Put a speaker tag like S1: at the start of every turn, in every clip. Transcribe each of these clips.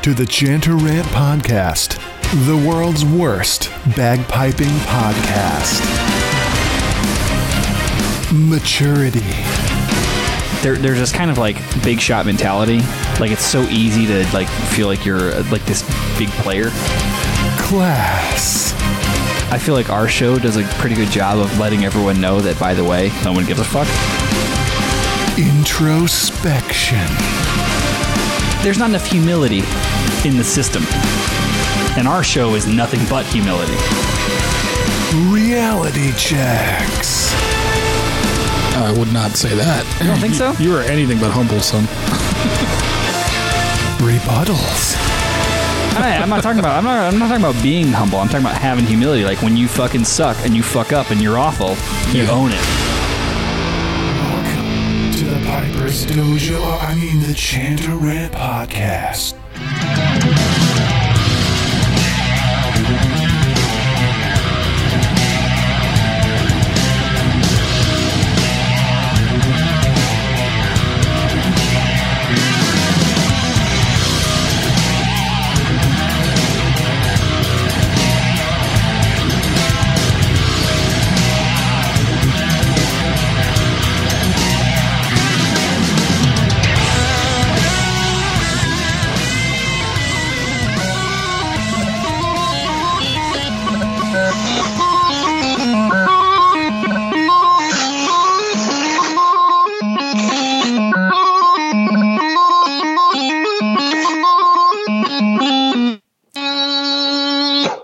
S1: to the Chanter Rant Podcast, the world's worst bagpiping podcast. Maturity.
S2: There, there's this kind of like big shot mentality. Like it's so easy to like feel like you're uh, like this big player.
S1: Class.
S2: I feel like our show does a pretty good job of letting everyone know that, by the way, no one gives a fuck.
S1: Introspection.
S2: There's not enough humility in the system. And our show is nothing but humility.
S1: Reality checks.
S3: I would not say that.
S2: You don't think so?
S3: You are anything but humble, son.
S1: Rebuttals.
S2: I, I'm not talking about. I'm not. I'm not talking about being humble. I'm talking about having humility. Like when you fucking suck and you fuck up and you're awful, you own it.
S1: Welcome to the Piper's Dojo. I mean, the Chanter Rant Podcast.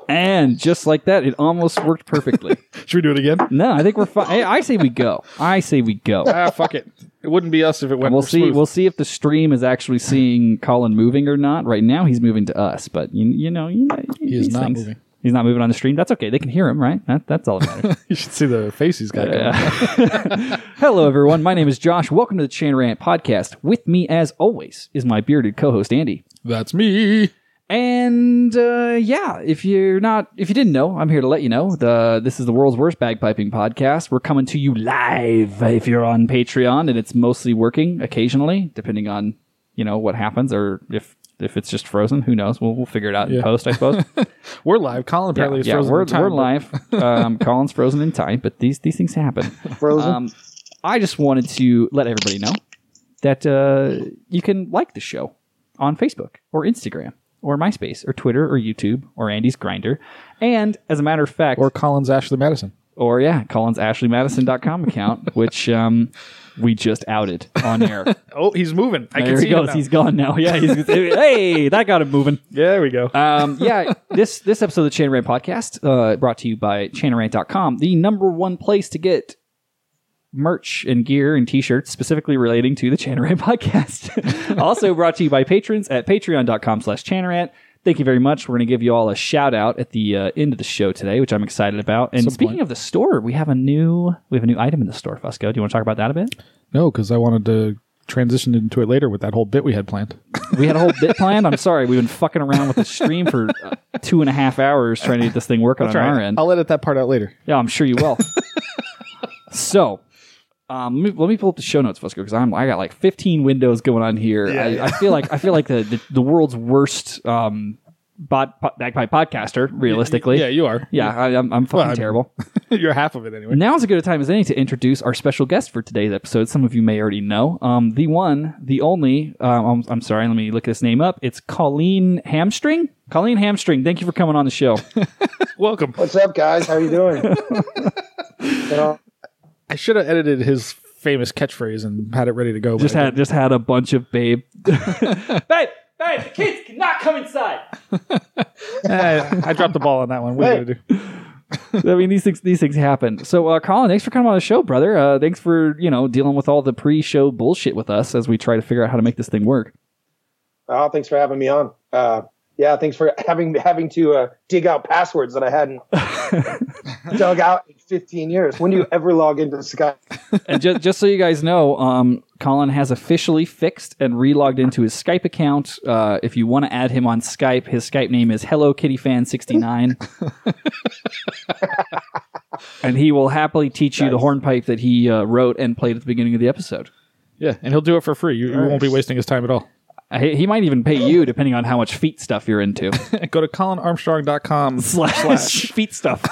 S2: And just like that, it almost worked perfectly.
S3: Should we do it again?
S2: no, I think we're fine. I say we go. I say we go.
S3: Ah, fuck it. It wouldn't be us if it went.
S2: We'll
S3: more
S2: see.
S3: smooth.
S2: We'll see if the stream is actually seeing Colin moving or not. Right now, he's moving to us, but you, you know, you know
S3: He is
S2: these
S3: not
S2: things.
S3: moving.
S2: He's not moving on the stream. That's okay. They can hear him, right? That, that's all that matters.
S3: you should see the face he's got.
S2: Hello, everyone. My name is Josh. Welcome to the Chan Rant Podcast. With me, as always, is my bearded co-host Andy.
S3: That's me.
S2: And uh, yeah, if you're not, if you didn't know, I'm here to let you know. The this is the world's worst bagpiping podcast. We're coming to you live if you're on Patreon, and it's mostly working occasionally, depending on you know what happens or if if it's just frozen. Who knows? We'll we'll figure it out in
S3: Yeah.
S2: post, I suppose.
S3: We're live. Colin apparently is
S2: yeah,
S3: frozen.
S2: we're,
S3: in time,
S2: we're
S3: but-
S2: live. Um, Colin's frozen in time, but these these things happen. Frozen. Um, I just wanted to let everybody know that uh, you can like the show on Facebook or Instagram or MySpace or Twitter or YouTube or Andy's Grinder, and as a matter of fact,
S3: Or Colin's Ashley Madison.
S2: or yeah, Colin's AshleyMadison.com account, which um, we just outed on air.
S3: Oh, he's moving. I
S2: there he goes. He's gone now. Yeah, he's, hey, that got him moving.
S3: there we go.
S2: Um, yeah, this this episode of the Chan Rant Podcast, uh, brought to you by chanrant.com, the number one place to get merch and gear and t-shirts specifically relating to the Chanarant podcast. also brought to you by patrons at patreon.com slash Chanarant. Thank you very much. We're going to give you all a shout out at the uh, end of the show today, which I'm excited about. And
S3: Some
S2: speaking
S3: point.
S2: of the store, we have a new we have a new item in the store, Fusco. Do you want to talk about that a bit?
S3: no, because I wanted to transition into it later with that whole bit we had planned.
S2: We had a whole bit planned. I'm sorry, we've been fucking around with the stream for uh, two and a half hours trying to get this thing working on our end.
S3: I'll edit that part out later.
S2: Yeah, I'm sure you will. so, um, let, me, let me pull up the show notes, Fusco, because I'm I got like 15 windows going on here. I, I feel like I feel like the the, the world's worst um, bot, po- bagpipe podcaster, realistically.
S3: Yeah, you are.
S2: yeah, I, I'm, I'm fucking
S3: I mean-
S2: terrible.
S3: You're half of it anyway.
S2: Now is as good a time as any to introduce our special guest for today's episode. Some of you may already know. Um, the one, the only, um, I'm, I'm sorry, let me look this name up. It's Colleen Hamstring. Colleen Hamstring, thank you for coming on the show.
S3: Welcome.
S4: What's up, guys? How you doing? You know,
S3: I should have edited his famous catchphrase and had it ready to go. but
S2: just
S3: I
S2: had just had a bunch of babe. babe, babe, the kids cannot come inside.
S3: I, I dropped the ball on that one. What are you gonna do?
S2: I mean, these things these things happen. So, uh, Colin, thanks for coming on the show, brother. Uh, thanks for you know dealing with all the pre-show bullshit with us as we try to figure out how to make this thing work.
S4: oh, thanks for having me on. Uh, yeah, thanks for having having to uh, dig out passwords that I hadn't dug out in 15 years. When do you ever log into Skype?
S2: And just just so you guys know, um, Colin has officially fixed and relogged into his Skype account. Uh, if you want to add him on Skype, his Skype name is Hello Kitty Fan sixty nine. And he will happily teach you the hornpipe that he uh, wrote and played at the beginning of the episode.
S3: Yeah, and he'll do it for free. You, you won't be wasting his time at all.
S2: Uh, He he might even pay you depending on how much feet stuff you're into.
S3: Go to colinarmstrong.com.
S2: slash, feet stuff.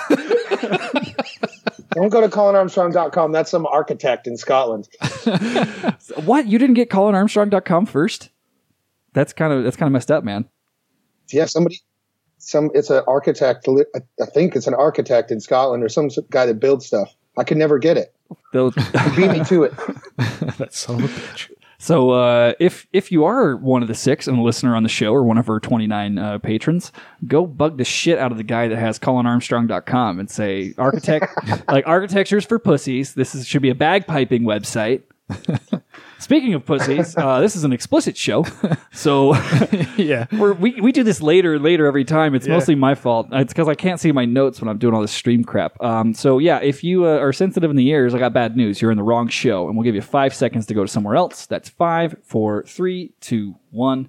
S4: Don't go to colinarmstrong.com. That's some architect in Scotland.
S2: what? You didn't get colinarmstrong.com first? That's kind of that's kind of messed up, man.
S4: Yeah, somebody, some it's an architect. li- I I think it's an architect in Scotland or some s- guy that builds stuff. I could never get it.
S2: They'll-
S4: Beat me to it.
S3: That son of a bitch.
S2: So uh, if if you are one of the six and a listener on the show or one of our 29 uh, patrons, go bug the shit out of the guy that has colinarmstrong.com and say architect like architecture's for pussies. This is, should be a bagpiping website. Speaking of pussies, uh, this is an explicit show, so
S3: Yeah.
S2: we're, we we do this later and later every time. It's mostly my fault. It's because I can't see my notes when I'm doing all this stream crap. Um, so yeah, if you uh, are sensitive in the ears, I got bad news. You're in the wrong show, and we'll give you five seconds to go to somewhere else. That's five, four, three, two, one.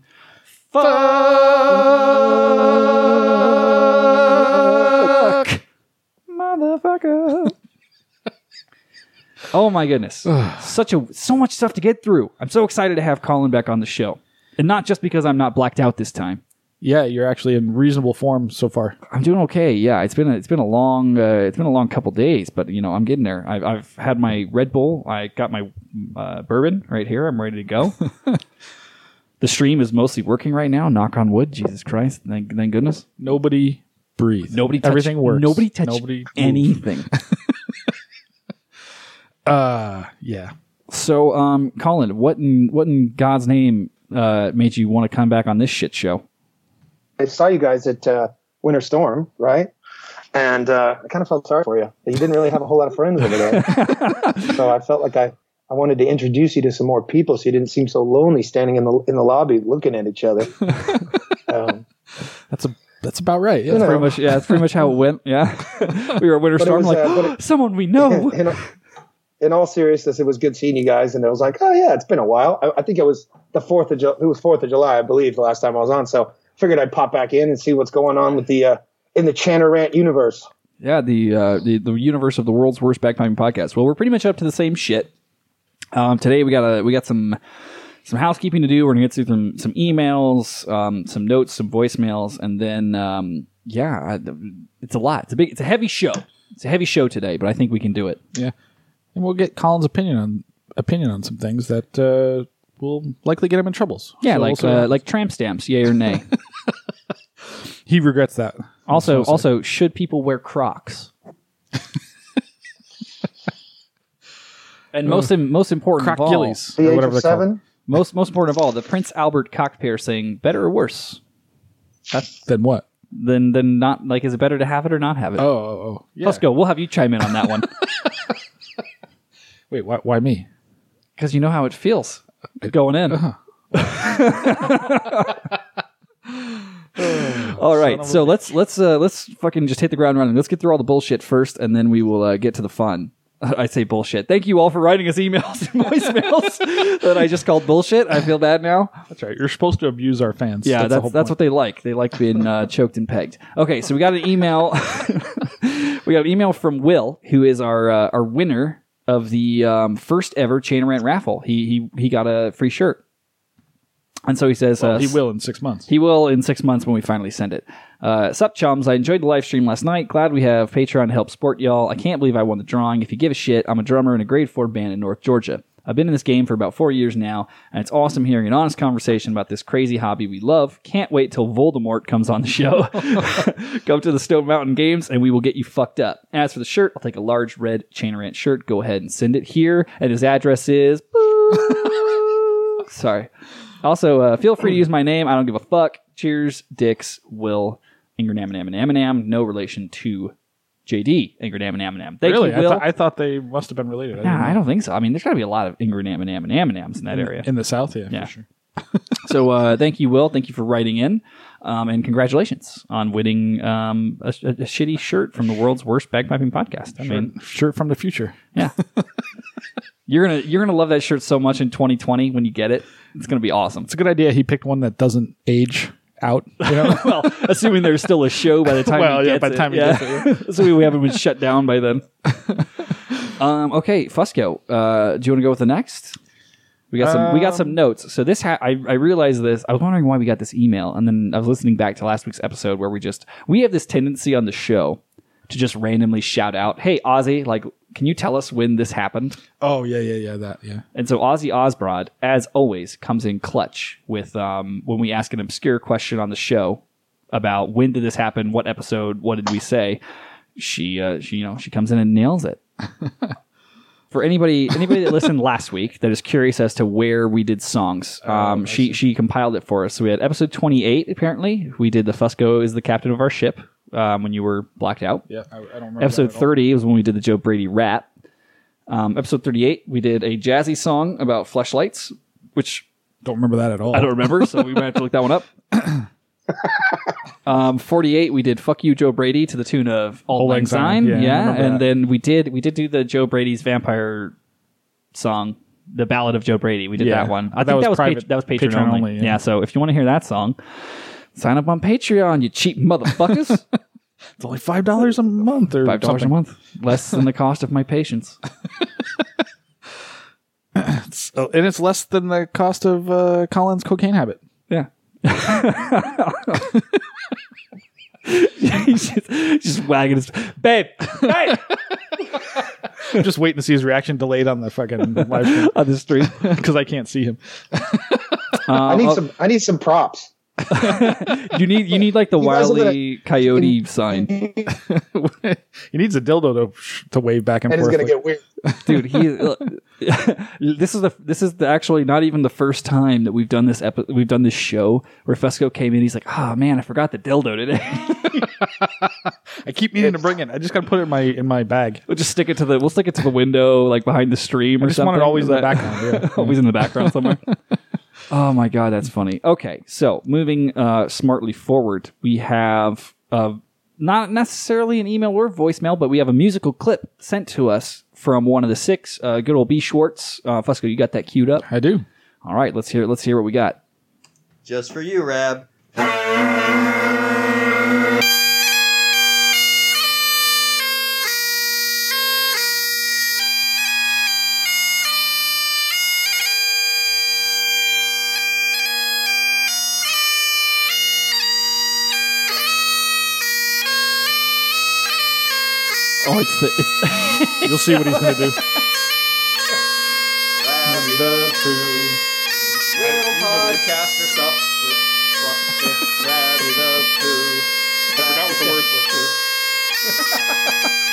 S2: Fuck, motherfucker. Oh my goodness. Such a so much stuff to get through. I'm so excited to have Colin back on the show. And not just because I'm not blacked out this time.
S3: Yeah, you're actually in reasonable form so far.
S2: I'm doing okay. Yeah, it's been a, it's been a long uh, it's been a long couple days, but you know I'm getting there. I've, I've had my Red Bull. I got my uh, bourbon right here. I'm ready to go. the stream is mostly working right now. Knock on wood. Jesus Christ. Thank, thank goodness.
S3: Nobody breathe.
S2: Nobody. Touched,
S3: Everything works.
S2: Nobody touched
S3: Nobody-
S2: anything.
S3: Uh, yeah.
S2: so, um, Colin, what in what in God's name uh, made you want to come back on this shit show?
S4: I saw you guys at uh, Winter Storm, right? And uh, I kind of felt sorry for you. You didn't really have a whole lot of friends over there, so I felt like I, I wanted to introduce you to some more people, so you didn't seem so lonely standing in the in the lobby looking at each other. Um,
S3: That's a that's about right. Yeah.
S4: You know,
S2: pretty much yeah that's pretty much how it went yeah we were at winter
S4: But it
S2: storm
S4: was,
S2: like
S4: uh, but it-
S2: someone we know
S4: in, in all seriousness, it was good seeing you guys, and it was like, oh yeah, it's been a while. I, I think it was the fourth of Ju- it was Fourth of July, I believe, the last time I was on. So figured I'd pop back in and see what's going on with the uh, in the Channer Rant universe.
S2: yeah the uh the, the universe of the world's worst backpacking podcast well we're pretty much up to the same shit um today we got a we got some some housekeeping to do we're gonna get through some some emails um some notes some voicemails and then um yeah I, it's a lot it's a big it's a heavy show it's a heavy show today but i think we can do it
S3: yeah. And we'll get Colin's opinion on opinion on some things that uh, will likely get him in troubles.
S2: yeah
S3: So we'll
S2: like
S3: see.
S2: uh, like tramp stamps yay or nay
S3: he regrets that.
S2: also
S3: That's what I'll say.
S2: also should people wear crocs and most im- most important
S3: Croc
S2: of all,
S3: Gillies.
S4: The
S3: or
S4: age
S3: whatever
S4: of
S3: they're called.
S4: seven.
S2: most most important of all the prince albert cock piercing better or worse
S3: Then what?
S2: than than not like is it better to have it or not have it
S3: Oh, oh, oh. Yeah.
S2: let's go we'll have you chime in on that one
S3: Wait, why, why me?
S2: because you know how it feels going in
S3: Uh-huh.
S2: all right so let's let's uh let's fucking just hit the ground running let's get through all the bullshit first and then we will uh, get to the fun I say bullshit. Thank you all for writing us emails and voicemails that I just called bullshit. I feel bad now.
S3: That's right. You're supposed to abuse our fans.
S2: Yeah,
S3: the
S2: that's that's,
S3: whole
S2: what they like. They like being uh, choked and pegged. Okay, so we got an email. we got an email from Will, who is our uh, our winner of the um, first ever Chain Rant raffle. He he he got a free shirt, and so he says
S3: point.
S2: uh,
S3: He will in six months.
S2: he will in six months when we finally send it. Uh, sup, chums. I enjoyed the live stream last night. Glad we have Patreon to help support y'all. I can't believe I won the drawing. If you give a shit, I'm a drummer in a grade four band in North Georgia. I've been in this game for about four years now, and it's awesome hearing an honest conversation about this crazy hobby we love. Can't wait till Voldemort comes on the show. Come to the Stone Mountain Games, and we will get you fucked up. As for the shirt, I'll take a large red Chain Rant shirt. Go ahead and send it here, and his address is. Sorry. Also, uh, feel free to use my name. I don't give a fuck. Cheers, Dicks, Will, Ingernaminaminaminam. No relation to JD, Ingernaminaminam. Thank
S3: really?
S2: you,
S3: I,
S2: Will.
S3: thought- I thought they must have been related. I
S2: Nah,
S3: didn't
S2: I don't think so. I mean, there's got to be a lot of Ingernaminaminaminams in that area.
S3: know. in the South, yeah.
S2: Yeah.
S3: For sure.
S2: so uh, thank you, Will. Thank you for writing in. Um, and congratulations on winning um, a, sh- a shitty shirt from the world's worst bagpiping podcast. I mean,
S3: Shirt from the future.
S2: yeah. You're gonna you're gonna love that shirt so much in 2020 when you get it. It's gonna be awesome.
S3: It's a good idea. He picked one that doesn't age out. You know?
S2: well, assuming there's still a show by the time.
S3: Well,
S2: he
S3: yeah,
S2: gets
S3: by the
S2: it,
S3: time he
S2: yeah.
S3: gets
S2: assuming we haven't been shut down by then. um, okay, Fusco, uh, do you want to go with the next? We got some. we got some notes. So this, ha- I, I realized this. I was wondering why we got this email, and then I was listening back to last week's episode where we just we have this tendency on the show to just randomly shout out, "Hey Ozzy, like, can you tell us when this happened?"
S3: Oh yeah, yeah, yeah. That yeah.
S2: And so Ozzy Osbrod, as always, comes in clutch with um, when we ask an obscure question on the show about when did this happen, what episode, what did we say. She, uh, she, you know, she comes in and nails it. For anybody, anybody that listened last week that is curious as to where we did songs, um, she she compiled it for us. So we had episode twenty eight. Apparently, we did the Fusco is the captain of our ship um, when you were blacked out.
S3: Yeah, I, I don't remember.
S2: Episode
S3: that at all.
S2: 30 was when we did the Joe Brady rap. Um, episode 38, we did a jazzy song about fleshlights, which
S3: Don't remember that at all.
S2: I don't remember, so we might have to look that one up. um, 48, we did "Fuck You, Joe Brady" to the tune of "All
S3: Lang
S2: Lang
S3: Syne,
S2: Syne."
S3: yeah, I
S2: Yeah,
S3: remember
S2: and
S3: that.
S2: then we did we did do the Joe Brady's vampire song, the Ballad of Joe Brady. We did
S3: Yeah.
S2: that one. I
S3: That
S2: think
S3: was
S2: that was
S3: private-
S2: pat- that was Patreon,
S3: Patreon
S2: only.
S3: only, yeah.
S2: yeah. so if you want to hear that song, sign up on Patreon, you cheap motherfuckers.
S3: It's only five dollars a month or
S2: Five dollars a
S3: something.
S2: month, less than the cost of my patience.
S3: Oh, and it's less than the cost of uh, Colin's cocaine habit.
S2: Yeah. He's just, just wagging his babe, babe
S3: I'm just waiting to see his reaction delayed on the fucking live stream
S2: on the street.
S3: because I can't see him.
S4: I need
S2: oh.
S4: some. I need some props.
S2: You need you need like the
S4: guys look
S2: wily coyote sign,
S3: he needs a dildo to to wave back and
S4: And it's
S3: forth.
S4: gonna
S3: with.
S4: get
S2: dude.
S4: weird.
S2: He this is the this is the actually not even the first time that we've done this epi- we've done this show where Fesco came in. He's like, oh man, I forgot the dildo today.
S3: I keep needing to bring it. I just gotta put it in my in my bag.
S2: we'll just stick it to the we'll stick it to the window like behind the stream or
S3: I just
S2: something.
S3: want it always in the
S2: Is that-
S3: background. Yeah.
S2: always in the background somewhere. oh my god, that's funny. Okay, so moving uh, smartly forward, we have uh, not necessarily an email or voicemail, but we have a musical clip sent to us from one of the six. Uh, good old B Schwartz, uh, Fusco, you got that queued up.
S3: I do.
S2: All right, let's hear. Let's hear what we got.
S5: Just for you, Rab.
S2: Oh, it's the it's
S3: You'll see what he's gonna do.
S5: Podcaster stuff. Rabby the Pooh. I forgot what the words were.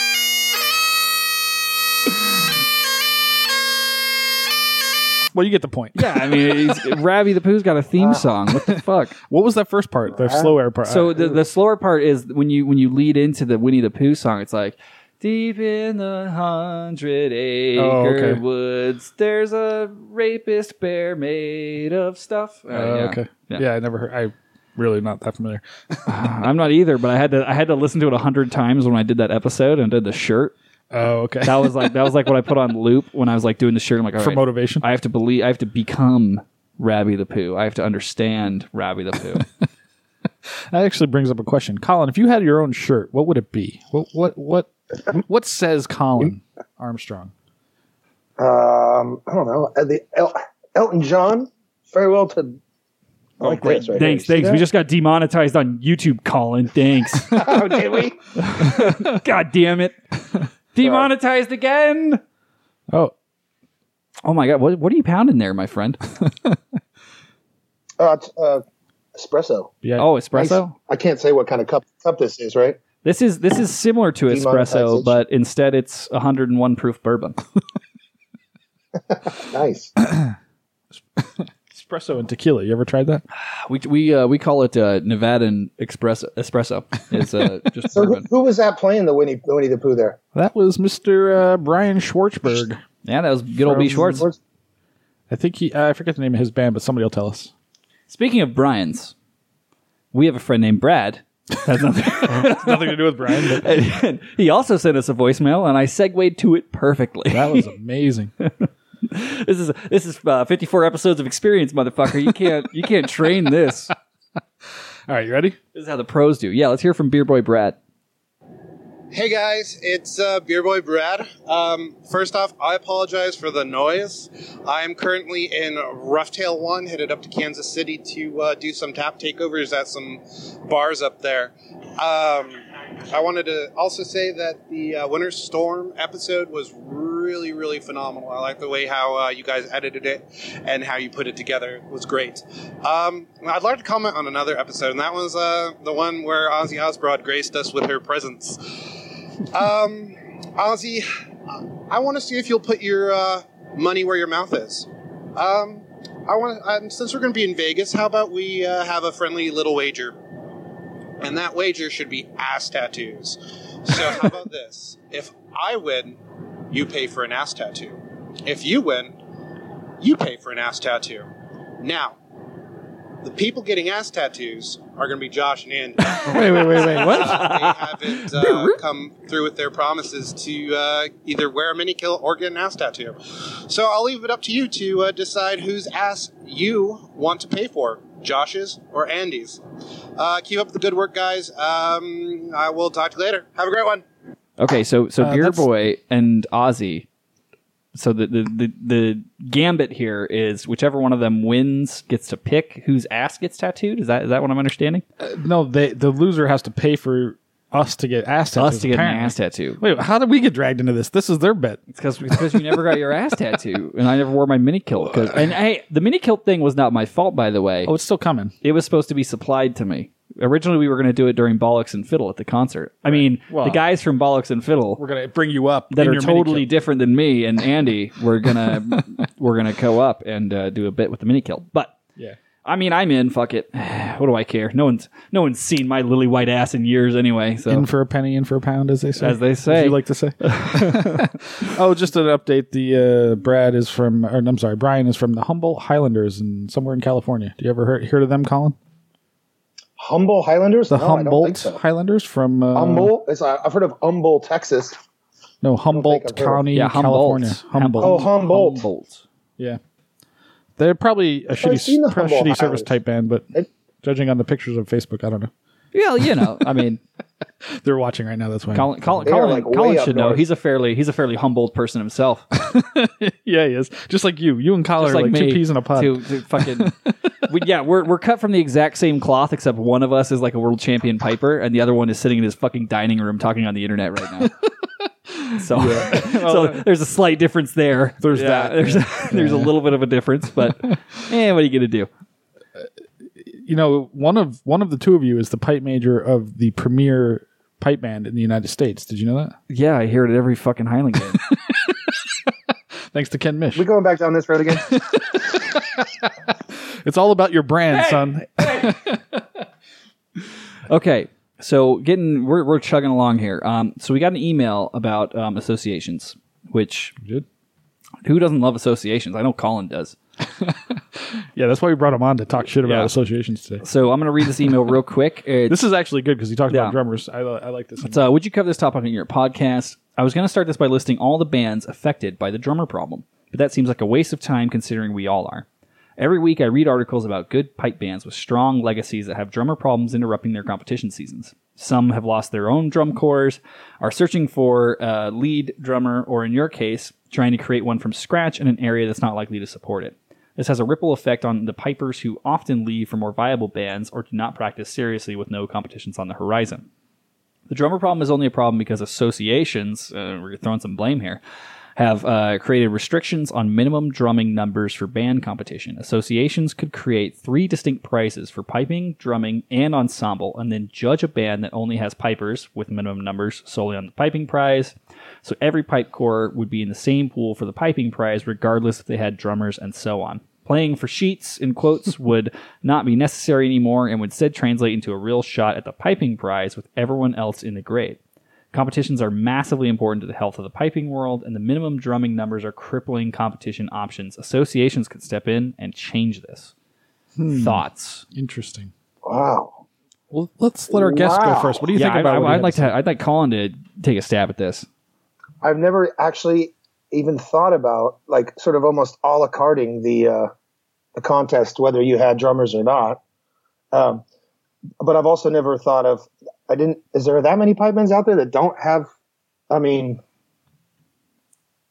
S3: Well, you get the point.
S2: yeah. I mean, he's, Ravi the Pooh's got a theme song. What the fuck?
S3: What was that first part? The slow air part.
S2: So the, the slower part is when you when you lead into the Winnie the Pooh song, it's like deep in the hundred acre
S3: Oh, okay.
S2: woods, there's a rapist bear made of stuff. Uh,
S3: Uh,
S2: yeah.
S3: Okay. Yeah.
S2: Yeah.
S3: I never heard. I really not that familiar.
S2: I'm not either, but I had to I had to listen to it a hundred times when I did that episode and did the shirt.
S3: Oh, okay.
S2: That was like that was like what I put on loop when I was like doing the shirt. I'm like all
S3: for
S2: right,
S3: motivation.
S2: I have to believe I have to become Rabby the Pooh. I have to understand Rabby the Pooh.
S3: That actually brings up a question, Colin. If you had your own shirt, what would it be? What what what what says Colin Armstrong?
S4: Um, I don't know. Uh, The El- Elton John. Farewell to. I like
S5: great.
S4: this right
S2: thanks,
S4: here. You see
S2: thanks. We just got demonetized on YouTube, Colin. Thanks.
S4: that? oh, did we?
S2: God damn it. Demonetized again.
S3: Oh,
S2: Oh my god, what what are you pounding there, my friend?
S4: Uh, t- uh, espresso.
S3: yeah.
S2: Oh, espresso?
S4: I can't say what kind of cup cup this is, right?
S2: This is this is similar to espresso,
S4: Demonetization.
S2: but instead it's 101 proof bourbon.
S4: Nice.
S3: espresso and tequila. You ever tried that?
S2: We we uh, we call it uh, Nevadan espresso. Espresso It's uh, just
S4: So who,
S2: bourbon.
S4: who was that playing the Winnie the Winnie the Pooh there?
S3: That was Mr. Uh, Brian Schwartzberg.
S2: Yeah, that was good old B Schwartz.
S4: Where's-
S3: I think he. I forget the name of his band, but somebody will tell us.
S2: Speaking of Brian's, we have a friend named Brad. That's not
S3: Nothing to do with Brian. But
S2: and he also sent us a voicemail, and I segued to it perfectly.
S3: that was amazing.
S2: This is this is uh, 54 episodes of experience, motherfucker. You can't you can't train this.
S3: All right, you ready?
S2: This is how the pros do. Yeah, let's hear from Beer Boy Brad.
S6: Hey guys, it's uh, Beer Boy Brad. Um, first off, I apologize for the noise. I am currently in Roughtail 1, headed up to Kansas City to uh, do some tap takeovers at some bars up there. Um, I wanted to also say that the uh, Winter Storm episode was really, really phenomenal. I like the way how uh, you guys edited it and how you put it together. It was great. Um, I'd like to comment on another episode, and that was uh, the one where Ozzy Osbourne graced us with her presence. Um, Ozzy, I want to see if you'll put your uh, money where your mouth is. Um, I want um, since we're going to be in Vegas, how about we uh, have a friendly little wager? And that wager should be ass tattoos. So how about this? If I win, you pay for an ass tattoo. If you win, you pay for an ass tattoo. Now, the people getting ass tattoos are going to be Josh and Andy
S3: Wait, wait, wait, wait. What?
S6: they haven't uh, come through with their promises to uh, either wear a mini kill or get an ass tattoo. So I'll leave it up to you to uh, decide whose ass you want to pay for Josh's or Andy's. Uh, keep up the good work, guys. Um, I will talk to you later. Have a great one.
S2: Okay, so so
S3: Uh,
S2: Beer
S3: that's-
S2: Boy and Ozzy. So the, the the the gambit here is whichever one of them wins gets to pick whose ass gets tattooed. Is that is that what I'm understanding?
S3: No, they, the loser has to pay for us to get ass tattoos.
S2: Us to get
S3: apparently.
S2: an ass tattoo.
S3: Wait, how did we get dragged into this? This is their bet.
S2: Because you never got your ass tattoo, and I never wore my mini kilt. 'cause- And hey, the mini kilt thing was not my fault, by the way.
S3: Oh, it's still coming.
S2: It was supposed to be supplied to me. Originally, we were going to do it during Bollocks and Fiddle at the concert. I mean,
S3: Well-
S2: the guys from Bollocks and Fiddle
S3: We're gonna bring you up
S2: that
S3: in
S2: are
S3: your mini
S2: totally
S3: kill.
S2: different than me and Andy. We're gonna we're gonna co up and uh, do a bit with the mini kill. But
S3: Yeah.
S2: I mean, I'm in. Fuck it. what do I care? No one's no one's seen my lily white ass in years anyway. So
S3: in for a penny, in for a pound, as they say.
S2: As they say.
S3: you like to say. oh, just an update. The uh, Brad is from, or I'm sorry, Brian is from the Humboldt Highlanders, and somewhere in California. Do you ever hear, heard of them, Colin?
S4: Humble Highlanders?
S3: The
S4: No, I don't
S3: Humboldt
S4: think so.
S3: Highlanders from uh,
S4: Humble? It's, uh, I've heard of Humble, Texas.
S3: No, Humboldt
S4: I've heard of-
S3: County,
S2: yeah, Humboldt.
S3: California. Humboldt.
S4: Oh, Humboldt.
S3: Yeah, they're probably a
S4: seen the
S3: shitty, probably a
S4: Humboldt
S3: shitty service
S4: Highlanders.
S3: type band, but
S4: It-
S3: judging on the pictures on Facebook, I don't know.
S2: Yeah, you know, I mean,
S3: They're watching right now. That's why.
S2: Colin, Colin,
S4: They are,
S2: Colin,
S4: like, way
S2: Colin
S4: up
S2: should know.
S4: north.
S2: He's a fairly he's a fairly humbled person himself.
S3: yeah, he is. Just like you. You and Colin
S2: Just
S3: are like,
S2: me,
S3: two peas in a pod.
S2: To, to fucking, we, yeah, we're we're cut from the exact same cloth, except one of us is like a world champion piper, and the other one is sitting in his fucking dining room talking on the internet right now. so, so there's a slight difference there.
S3: There's that.
S2: There's there's a little bit of a difference, but eh, what are you gonna do?
S3: you know, one of one of the two of you is the pipe major of the premier pipe band in the United States. Did you know that?
S2: Yeah, I hear it at every fucking Highland game.
S3: Thanks to Ken Mish.
S4: We going back down this road again?
S3: It's all about your brand, son.
S2: Okay, so getting we're we're chugging along here. Um, so we got an email about um, associations, which
S3: Dude.
S2: who doesn't love associations? I know Colin does.
S3: Yeah, that's why we brought him on to talk shit about
S2: Yeah.
S3: associations today.
S2: So I'm gonna read this email real quick. Uh, It's-
S3: This is actually good because he talked
S2: Yeah.
S3: about drummers. I, li- I like this.
S2: So, uh, would you cover this topic in your podcast? I was going to start this by listing all the bands affected by the drummer problem, but that seems like a waste of time considering we all are. Every week, I read articles about good pipe bands with strong legacies that have drummer problems interrupting their competition seasons. Some have lost their own drum corps, are searching for a lead drummer, or in your case, trying to create one from scratch in an area that's not likely to support it. This has a ripple effect on the pipers who often leave for more viable bands or do not practice seriously with no competitions on the horizon. The drummer problem is only a problem because associations, uh, we're throwing some blame here, have uh, created restrictions on minimum drumming numbers for band competition. Associations could create three distinct prizes for piping, drumming, and ensemble, and then judge a band that only has pipers with minimum numbers solely on the piping prize. So every pipe corps would be in the same pool for the piping prize, regardless if they had drummers and so on. Playing for sheets, in quotes, would not be necessary anymore and would instead translate into a real shot at the piping prize with everyone else in the grade. Competitions are massively important to the health of the piping world, and the minimum drumming numbers are crippling competition options. Associations could step in and change this.
S3: Hmm.
S2: Thoughts?
S3: Interesting.
S4: Wow.
S3: Well, let's let our guests go
S4: Wow.
S3: first. What do you
S2: yeah,
S3: think
S2: I,
S3: about?
S2: I,
S3: what he
S2: would
S3: had
S2: like
S3: say?
S2: to. I'd like Colin to take a stab at this.
S4: I've never actually even thought about like sort of almost a la carding the uh, the contest, whether you had drummers or not. Um, but I've also never thought of I didn't. Is there that many pipe bands out there that don't have? I mean,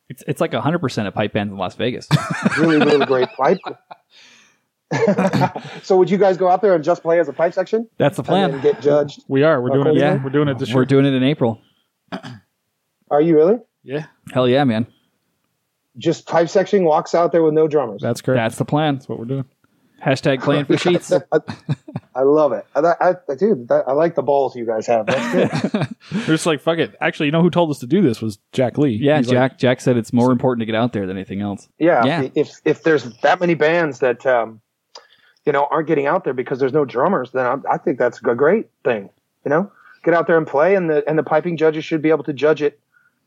S2: It's, it's like 100% of pipe bands in Las Vegas.
S4: really, really great pipe. so would you guys go out there and just play as a pipe section
S2: That's the
S4: and then
S2: plan.
S4: get judged?
S3: We are. We're doing it.
S2: Yeah.
S3: We're doing it this
S2: We're
S3: year.
S2: doing it in April.
S4: Are you really?
S3: yeah.
S2: Hell yeah, man.
S4: Just pipe section walks out there with no drummers.
S3: That's correct.
S2: That's the plan.
S3: That's what we're doing.
S2: Hashtag playing for sheets.
S4: I, I love it. I, I, I- dude, that, I like the balls you guys have. That's good.
S3: We're just like fuck it. Actually, you know who told us to do this was Jack Lee.
S2: Yeah,
S3: He's like,
S2: Jack. Jack said it's more important to get out there than anything else.
S4: yeah,
S2: Yeah.
S4: If if there's that many bands that um, you know aren't getting out there because there's no drummers, then I, I think that's a great thing. You know, get out there and play, and the and the piping judges should be able to judge it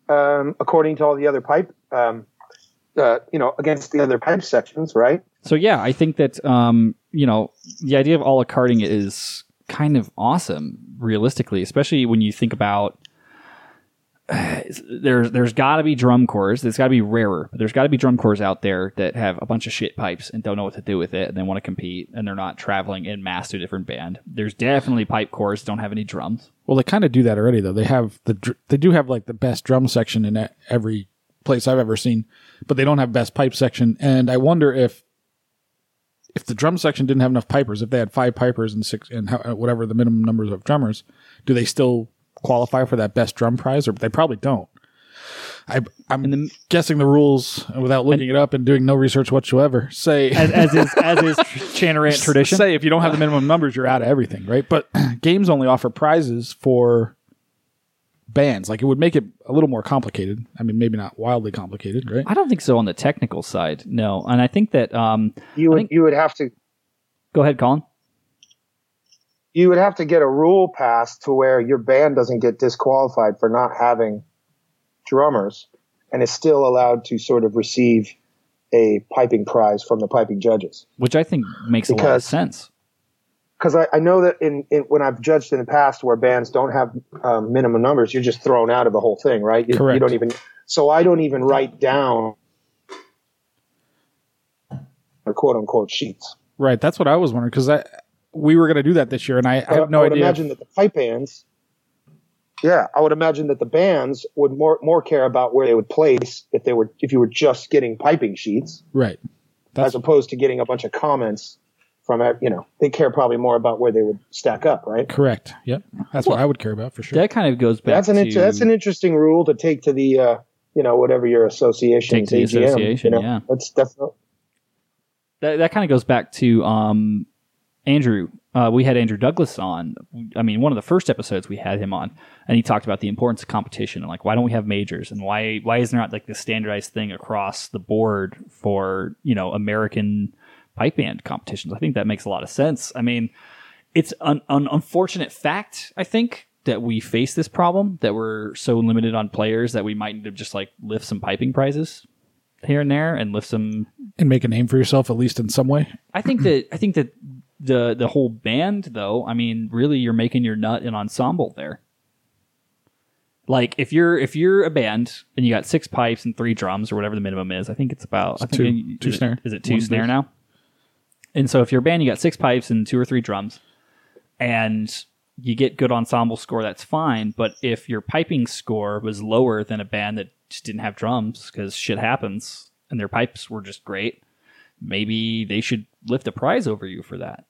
S4: um, according to all the other pipe. Um, uh, you know, against the other pipe sections, right?
S2: So yeah, I think that um, you know the idea of a la carding is kind of awesome, realistically, especially when you think about there's there's got to be drum cores. There's got to be rarer. But there's got to be drum cores out there that have a bunch of shit pipes and don't know what to do with it, and they want to compete, and they're not traveling in mass to a different band. There's definitely pipe cores that don't have any drums.
S3: Well, they kind of do that already though. They have the dr- they do have like the best drum section in e- every place I've ever seen, but they don't have best pipe section. And I wonder if if the drum section didn't have enough pipers, if they had five pipers and six and how, uh, whatever the minimum numbers of drummers, do they still qualify for that best drum prize? Or they probably don't. I, I'm
S2: And the-
S3: guessing the rules uh, without looking it up and doing no research whatsoever. Say
S2: As, as is as is Chanarant tradition.
S3: Say if you don't have the minimum numbers, you're out of everything, right? But games only offer prizes for bands. Like it would make it a little more complicated. I mean, maybe not wildly complicated, right?
S2: I don't think so on the technical side, no. And I think that um,
S4: You would
S2: think-
S4: you would have to
S2: go ahead, Colin.
S4: you would have to get a rule passed to where your band doesn't get disqualified for not having drummers and is still allowed to sort of receive a piping prize from the piping judges.
S2: which I think makes a lot of
S4: Because-
S2: sense.
S4: Because I, I know that in, in when I've judged in the past where bands don't have um, minimum numbers, you're just thrown out of the whole thing, right? You,
S3: Correct.
S4: you don't even. So I don't even write down or quote unquote sheets.
S3: Right. That's what I was wondering because I we were going to do that this year, and I, I have no
S4: would
S3: idea.
S4: imagine that the pipe bands. Yeah, I would imagine that the bands would more more care about where they would place if they were if you were just getting piping sheets
S3: right. That's
S4: as opposed to getting a bunch of comments from ev- you know they care probably more about where they would stack up, right?
S3: correct. Yep. That's what I would care about for sure.
S2: That kind of goes back
S4: That's an
S2: to
S4: int- that's an interesting rule to take to the uh, you know whatever your association
S2: Take to the
S4: AGM,
S2: association,
S4: you know?
S2: yeah.
S4: that's that's not-
S2: that, that kind of goes back to um, Andrew. Uh, we had Andrew Douglas on. I mean, one of the first episodes we had him on, and he talked about the importance of competition and like why don't we have majors and why why is there not like this standardized thing across the board for you know American pipe band competitions? I think that makes a lot of sense. I mean, it's an, an unfortunate fact, I think, that we face this problem that we're so limited on players that we might need to just like lift some piping prizes here and there and lift some
S3: and make a name for yourself, at least in some way.
S2: I think that I think that the the whole band though, I mean, really you're making your nut an ensemble there. Like if you're if you're a band and you got six pipes and three drums or whatever the minimum is, I think it's about I think
S3: two- two
S2: is it-
S3: snare.
S2: Is it two
S3: One
S2: snare
S3: bass.
S2: now? And so if you're a band, you got six pipes and two or three drums, and you get good ensemble score, that's fine. But if your piping score was lower than a band that just didn't have drums because shit happens and their pipes were just great, maybe they should lift a prize over you for that.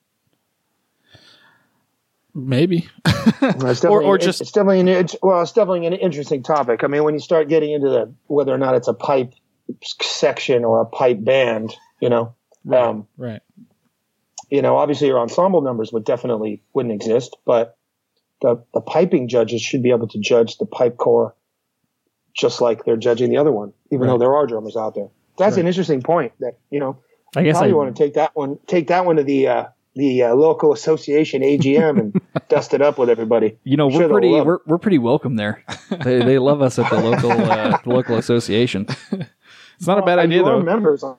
S3: Maybe.
S4: Well, it's definitely-
S3: or
S4: it's-
S3: just-
S4: it's definitely an it's, well, it's definitely an interesting topic. I mean, when you start getting into the whether or not it's a pipe section or a pipe band, you know, um,
S3: Right.
S4: you know, obviously your ensemble numbers would definitely wouldn't exist, but the the piping judges should be able to judge the pipe core just like they're judging the other one, even though
S3: Right.
S4: there are drummers out there. That's an interesting point. That you know,
S2: I guess
S4: probably
S2: I
S4: want to take that one take that one to the uh, the uh, local association AGM and dust it up with everybody.
S2: you know
S4: Sure
S2: we're
S4: they'll
S2: pretty
S4: love it.
S2: we're, we're pretty welcome there. they, they love us at the local uh, the local association.
S3: It's not a bad idea
S4: you are
S3: though.
S4: members on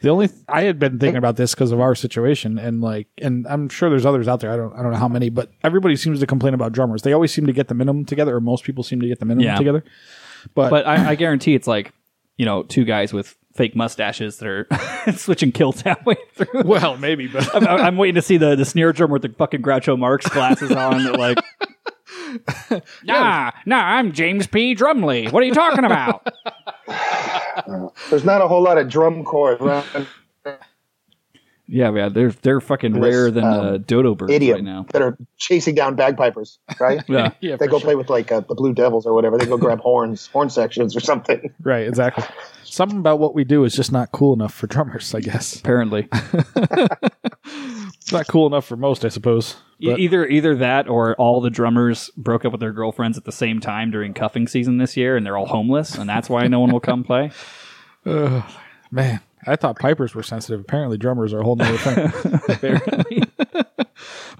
S3: The only th- I had been thinking about this because of our situation, and like, and I'm sure there's others out there. I don't, I don't know how many, but everybody seems to complain about drummers. They always seem to get the minimum together, or most people seem to get the minimum
S2: Yeah.
S3: together. But,
S2: But I, I guarantee it's like you know two guys with fake mustaches that are switching kilts halfway through.
S3: Well, maybe, but
S2: I'm, I'm waiting to see the, the snare drum with the fucking Groucho Marx glasses on. That like, nah, nah, I'm James P. Drumley. What are you talking about?
S4: There's not a whole lot of drum corps around
S2: yeah, man, they're they're fucking
S4: This,
S2: rarer than uh,
S4: um,
S2: dodo birds
S4: idiot
S2: right now.
S4: that are chasing down bagpipers, right?
S2: Yeah.
S3: yeah,
S4: They
S3: for
S4: go
S3: sure.
S4: play with like uh, the Blue Devils or whatever. They go grab horns, horn sections or something.
S3: right, exactly. Something about what we do is just not cool enough for drummers, I guess.
S2: Apparently,
S3: It's not cool enough for most, I suppose.
S2: E-
S3: But
S2: either either that or all the drummers broke up with their girlfriends at the same time during cuffing season this year, and they're all homeless, and that's why no one will come play.
S3: man, I thought pipers were sensitive. Apparently, drummers are a whole nother thing.
S2: Apparently.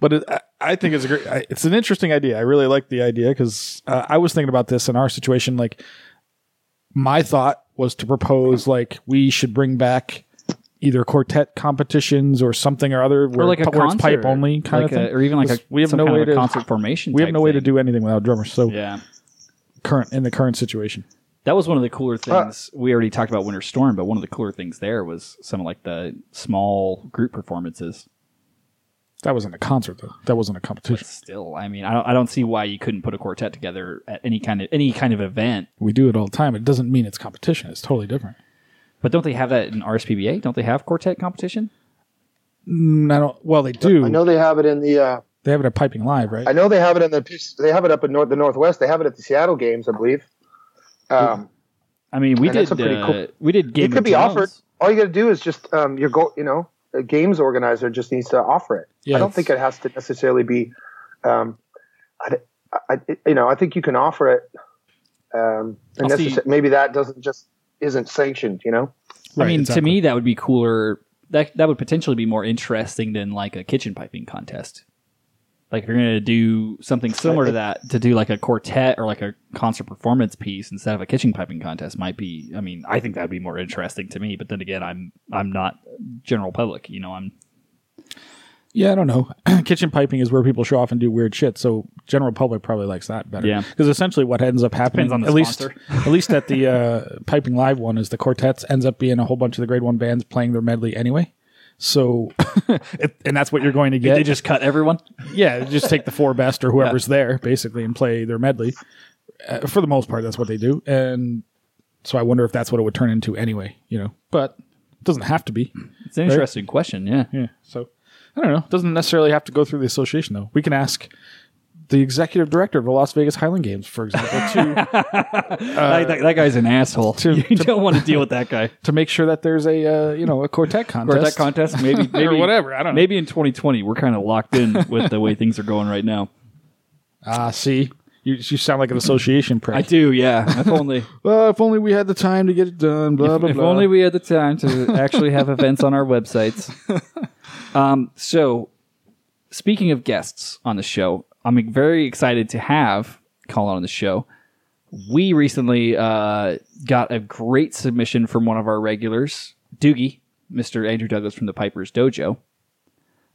S3: but it, I, I think it's a great. I, it's an interesting idea. I really like the idea because uh, I was thinking about this in our situation. Like, my thought was to propose like we should bring back either quartet competitions or something or other, where,
S2: or like a
S3: pi- where it's
S2: concert,
S3: pipe only kind
S2: like
S3: of
S2: a-
S3: thing,
S2: or even like a,
S3: 'Cause we have
S2: some
S3: no
S2: kind
S3: way
S2: of a
S3: to
S2: concert formation.
S3: we have
S2: type
S3: no way to
S2: thing.
S3: do anything without drummers. So
S2: Yeah,
S3: current in the current situation,
S2: that was one of the cooler
S3: Uh,
S2: things. we already talked about Winter Storm, but one of the cooler things there was some of like the small group performances.
S3: that wasn't a concert though. That wasn't a competition.
S2: Still, I mean, I don't, I don't see why you couldn't put a quartet together at any kind of any kind of event.
S3: We do it all the time. It doesn't mean it's competition. It's totally different.
S2: But don't they have that in RSPBA? Don't they have quartet competition?
S3: Mm, I don't. Well, they do.
S4: I know they have it in the. Uh,
S3: they have it at Piping Live, right?
S4: I know they have it in the. They have it up in north, the Northwest. They have it at the Seattle games, I believe. Um,
S2: I mean, we
S4: Yeah,
S2: did
S4: that's a pretty
S2: uh,
S4: cool-
S2: we did game.
S4: it could
S2: of
S4: be
S2: Thrones.
S4: offered. All you got to do is just um, your goal. You know, a games organizer just needs to offer it.
S3: Yeah,
S4: I don't
S3: it's-
S4: think it has to necessarily be. Um, I, I, you know, I think you can offer it. Um, and
S2: I'll see.
S4: necessar- maybe that doesn't just isn't sanctioned. You know.
S2: I
S3: Right,
S2: mean,
S3: exactly.
S2: to me, that would be cooler. That that would potentially be more interesting than like a kitchen piping contest. Like if you're gonna do something similar to that, to do like a quartet or like a concert performance piece instead of a kitchen piping contest might be. I mean, I think that'd be more interesting to me. But then again, I'm I'm not general public. You know, I'm
S3: Yeah, I don't know. Kitchen piping is where people show off and do weird shit. So general public probably likes that better.
S2: Yeah.
S3: because essentially what ends up happening
S2: Depends on the
S3: at
S2: sponsor.
S3: least at least at the uh, piping live one is the quartets ends up being a whole bunch of the grade one bands playing their medley anyway. So, it, and that's what you're going to get.
S2: they just cut everyone.
S3: yeah, just take the four best or whoever's there basically and play their medley. Uh, for the most part, that's what they do, and so I wonder if that's what it would turn into anyway. You know, but it doesn't have to be.
S2: It's an interesting question. Yeah,
S3: Yeah. So I don't know. Doesn't necessarily have to go through the association though. We can ask the executive director of the Las Vegas Highland Games, for example, to Uh,
S2: that, that- that guy's an asshole. you don't want to deal with that guy.
S3: to make sure that there's a uh, you know a quartet contest.
S2: Quartet contest, maybe, maybe
S3: whatever, I don't know.
S2: Maybe in 2020, we're kind of locked in with the way things are going right now.
S3: Ah, see, you you sound like an association prick.
S2: I do, yeah. If only,
S3: Well, if only we had the time to get it done. Blah blah
S2: if
S3: blah.
S2: only we had the time to actually have events on our websites. Um, so, speaking of guests on the show, I'm very excited to have Colin on the show. We recently uh, got a great submission from one of our regulars, Doogie, Mr. Andrew Douglas from the Piper's Dojo,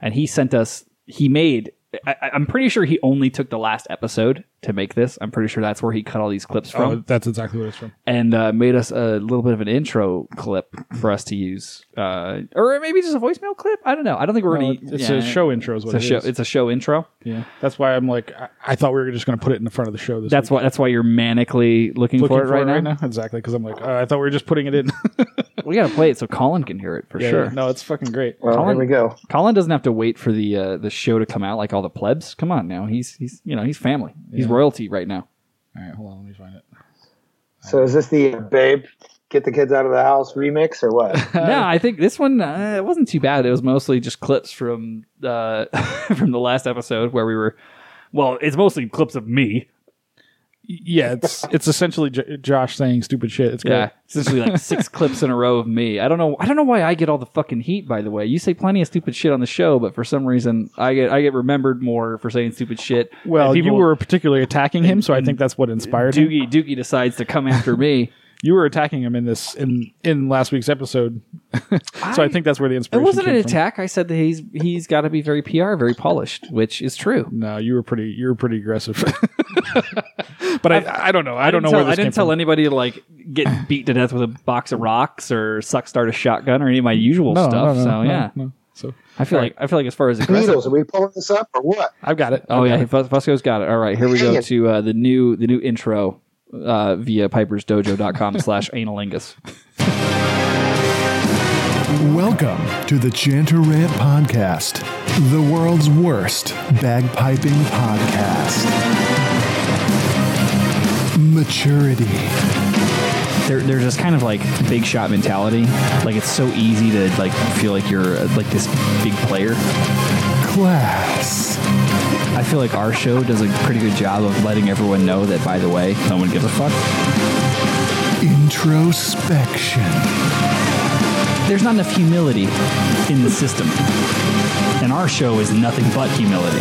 S2: and he sent us. He made. I, I- I'm pretty sure he only took the last episode to make this. I'm pretty sure that's where he cut all these clips from
S3: Oh, that's exactly what it's from.
S2: and uh, made us a little bit of an intro clip for us to use, uh, or maybe just a voicemail clip. I don't know. I don't think we're
S3: No,
S2: going
S3: it- it's a show intro is
S2: It's
S3: what
S2: a
S3: it
S2: show.
S3: is.
S2: It's a show intro.
S3: Yeah, that's why I'm like I, I thought we were just going to put it in the front of the show. This
S2: That's
S3: week.
S2: why. That's why you're manically looking,
S3: Looking
S2: for it right, now.
S3: Exactly, because I'm like uh, I thought we were just putting it in.
S2: We gotta play it so Colin can hear it for
S3: Yeah,
S2: sure.
S3: yeah. No, it's fucking great.
S4: Well,
S2: Colin-
S4: here we go.
S2: Colin doesn't have to wait for the uh, the show to come out like all the plebs. Come on now. He's he's you know he's family. He's royalty right now.
S3: All right, hold on, let me find it.
S4: So is this the uh, babe? Get the kids out of the house remix or what?
S2: no, I think this one uh, it wasn't too bad. It was mostly just clips from uh, from the last episode where we were. Well, it's mostly clips of me.
S3: yeah, it's it's essentially J- Josh saying stupid shit. It's great.
S2: Yeah, essentially like six clips in a row of me. I don't know. I don't know why I get all the fucking heat. By the way, you say plenty of stupid shit on the show, but for some reason, I get I get remembered more for saying stupid shit.
S3: Well,
S2: And
S3: you were particularly attacking him, so I think that's what inspired him.
S2: Doogie. Doogie decides to come after me.
S3: You were attacking him in this in in last week's episode, so I,
S2: I-
S3: think that's where the
S2: It
S3: inspiration.
S2: wasn't an
S3: came from.
S2: attack. I said that he's he's got to be very PR, very polished, which is true.
S3: No, you were pretty. You were pretty aggressive. but I, I don't know. I, don't know
S2: tell,
S3: where this
S2: I
S3: came
S2: didn't tell
S3: from.
S2: anybody to like get beat to death with a box of rocks or suck start a shotgun or any of my usual
S3: no,
S2: stuff.
S3: no, no,
S2: so
S3: no,
S2: yeah,
S3: no. So
S2: I feel like I feel like as far as aggressive,
S4: Needles, are we pulling this up or what?
S3: I've got it.
S2: Oh
S3: I've
S2: yeah,
S3: got
S2: hey,
S3: it.
S2: Fus- Fusco's got it. All right, here we go to uh, the new the new intro uh, via pipersdojo.com slash analingus.
S1: Welcome to the Chanter Rant Podcast, the world's worst bagpiping podcast. Maturity.
S2: There, there's this kind of like big shot mentality. Like it's so easy to like feel like you're uh, like this big player.
S1: class.
S2: I feel like our show does a pretty good job of letting everyone know that by the way, no one gives a fuck.
S1: Introspection.
S2: There's not enough humility in the system. And our show is nothing but humility.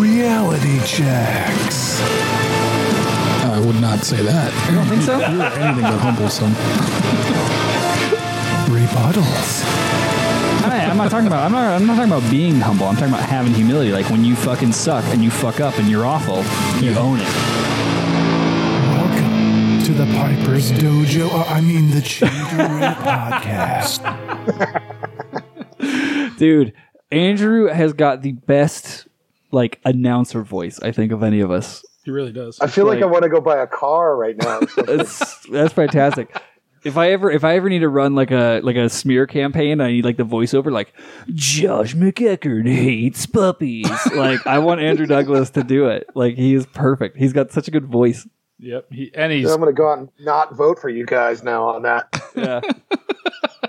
S1: Reality checks.
S3: I would not say that.
S2: You don't think so?
S3: You were anything but humble, son.
S1: Rebuttals.
S2: I, I'm not talking about. I'm not. I'm not talking about being humble. I'm talking about having humility. Like when you fucking suck and you fuck up and you're awful, you own it.
S1: Welcome to the Piper's Dojo. uh, I mean, the Chandler Podcast.
S2: Dude, Andrew has got the best like announcer voice I think of any of us.
S3: He really does.
S4: I feel like,
S2: Like-
S4: I want to go buy a car right now. or something.
S2: That's that's fantastic. If I ever if I ever need to run like a like a smear campaign, I need like the voiceover like Josh McEckern hates puppies. like I want Andrew Douglas to do it. Like he is perfect. He's got such a good voice.
S3: Yep. He, and he's
S4: Dude, I'm going to go out and not vote for you guys now on that.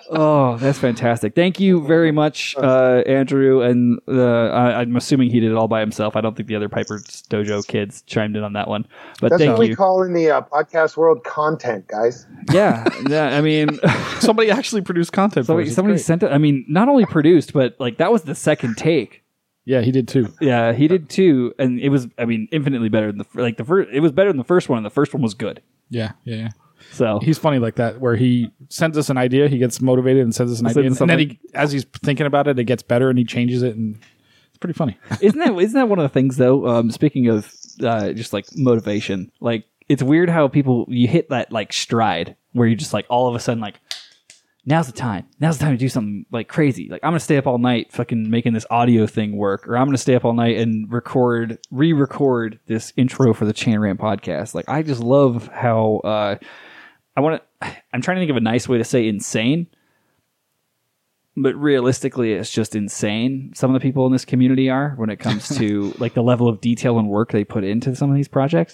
S2: Oh, that's fantastic! Thank you very much, uh, Andrew. And uh, I, I'm assuming he did it all by himself. I don't think the other Piper's Dojo kids chimed in on that one, but
S4: That's
S2: thank
S4: what we
S2: you.
S4: call in the uh, podcast world content, guys.
S2: yeah, yeah. I mean,
S3: somebody actually produced content.
S2: somebody,
S3: for us. It's
S2: somebody
S3: great.
S2: sent it. I mean, not only produced, but like that was the second take.
S3: Yeah, he did too.
S2: Yeah, he did too, and it was. I mean, infinitely better than the fir- like the first. It was better than the first one. and The first one was good.
S3: Yeah, yeah, yeah.
S2: So
S3: He's funny like that, where he sends us an idea, he gets motivated and sends us an
S2: Sends
S3: idea, and, and then
S2: something.
S3: he, as he's thinking about it, it gets better and he changes it, and it's pretty funny.
S2: isn't that isn't that one of the things though? Um, speaking of uh, just like motivation, like it's weird how people you hit that like stride where you just like all of a sudden like now's the time, now's the time to do something like crazy. Like I'm gonna stay up all night fucking making this audio thing work, or I'm gonna stay up all night and record re-record this intro for the Chan Ram podcast. Like I just love how uh, I want to. I'm trying to think of a nice way to say insane but realistically it's just insane some of the people in this community are when it comes to like the level of detail and work they put into some of these projects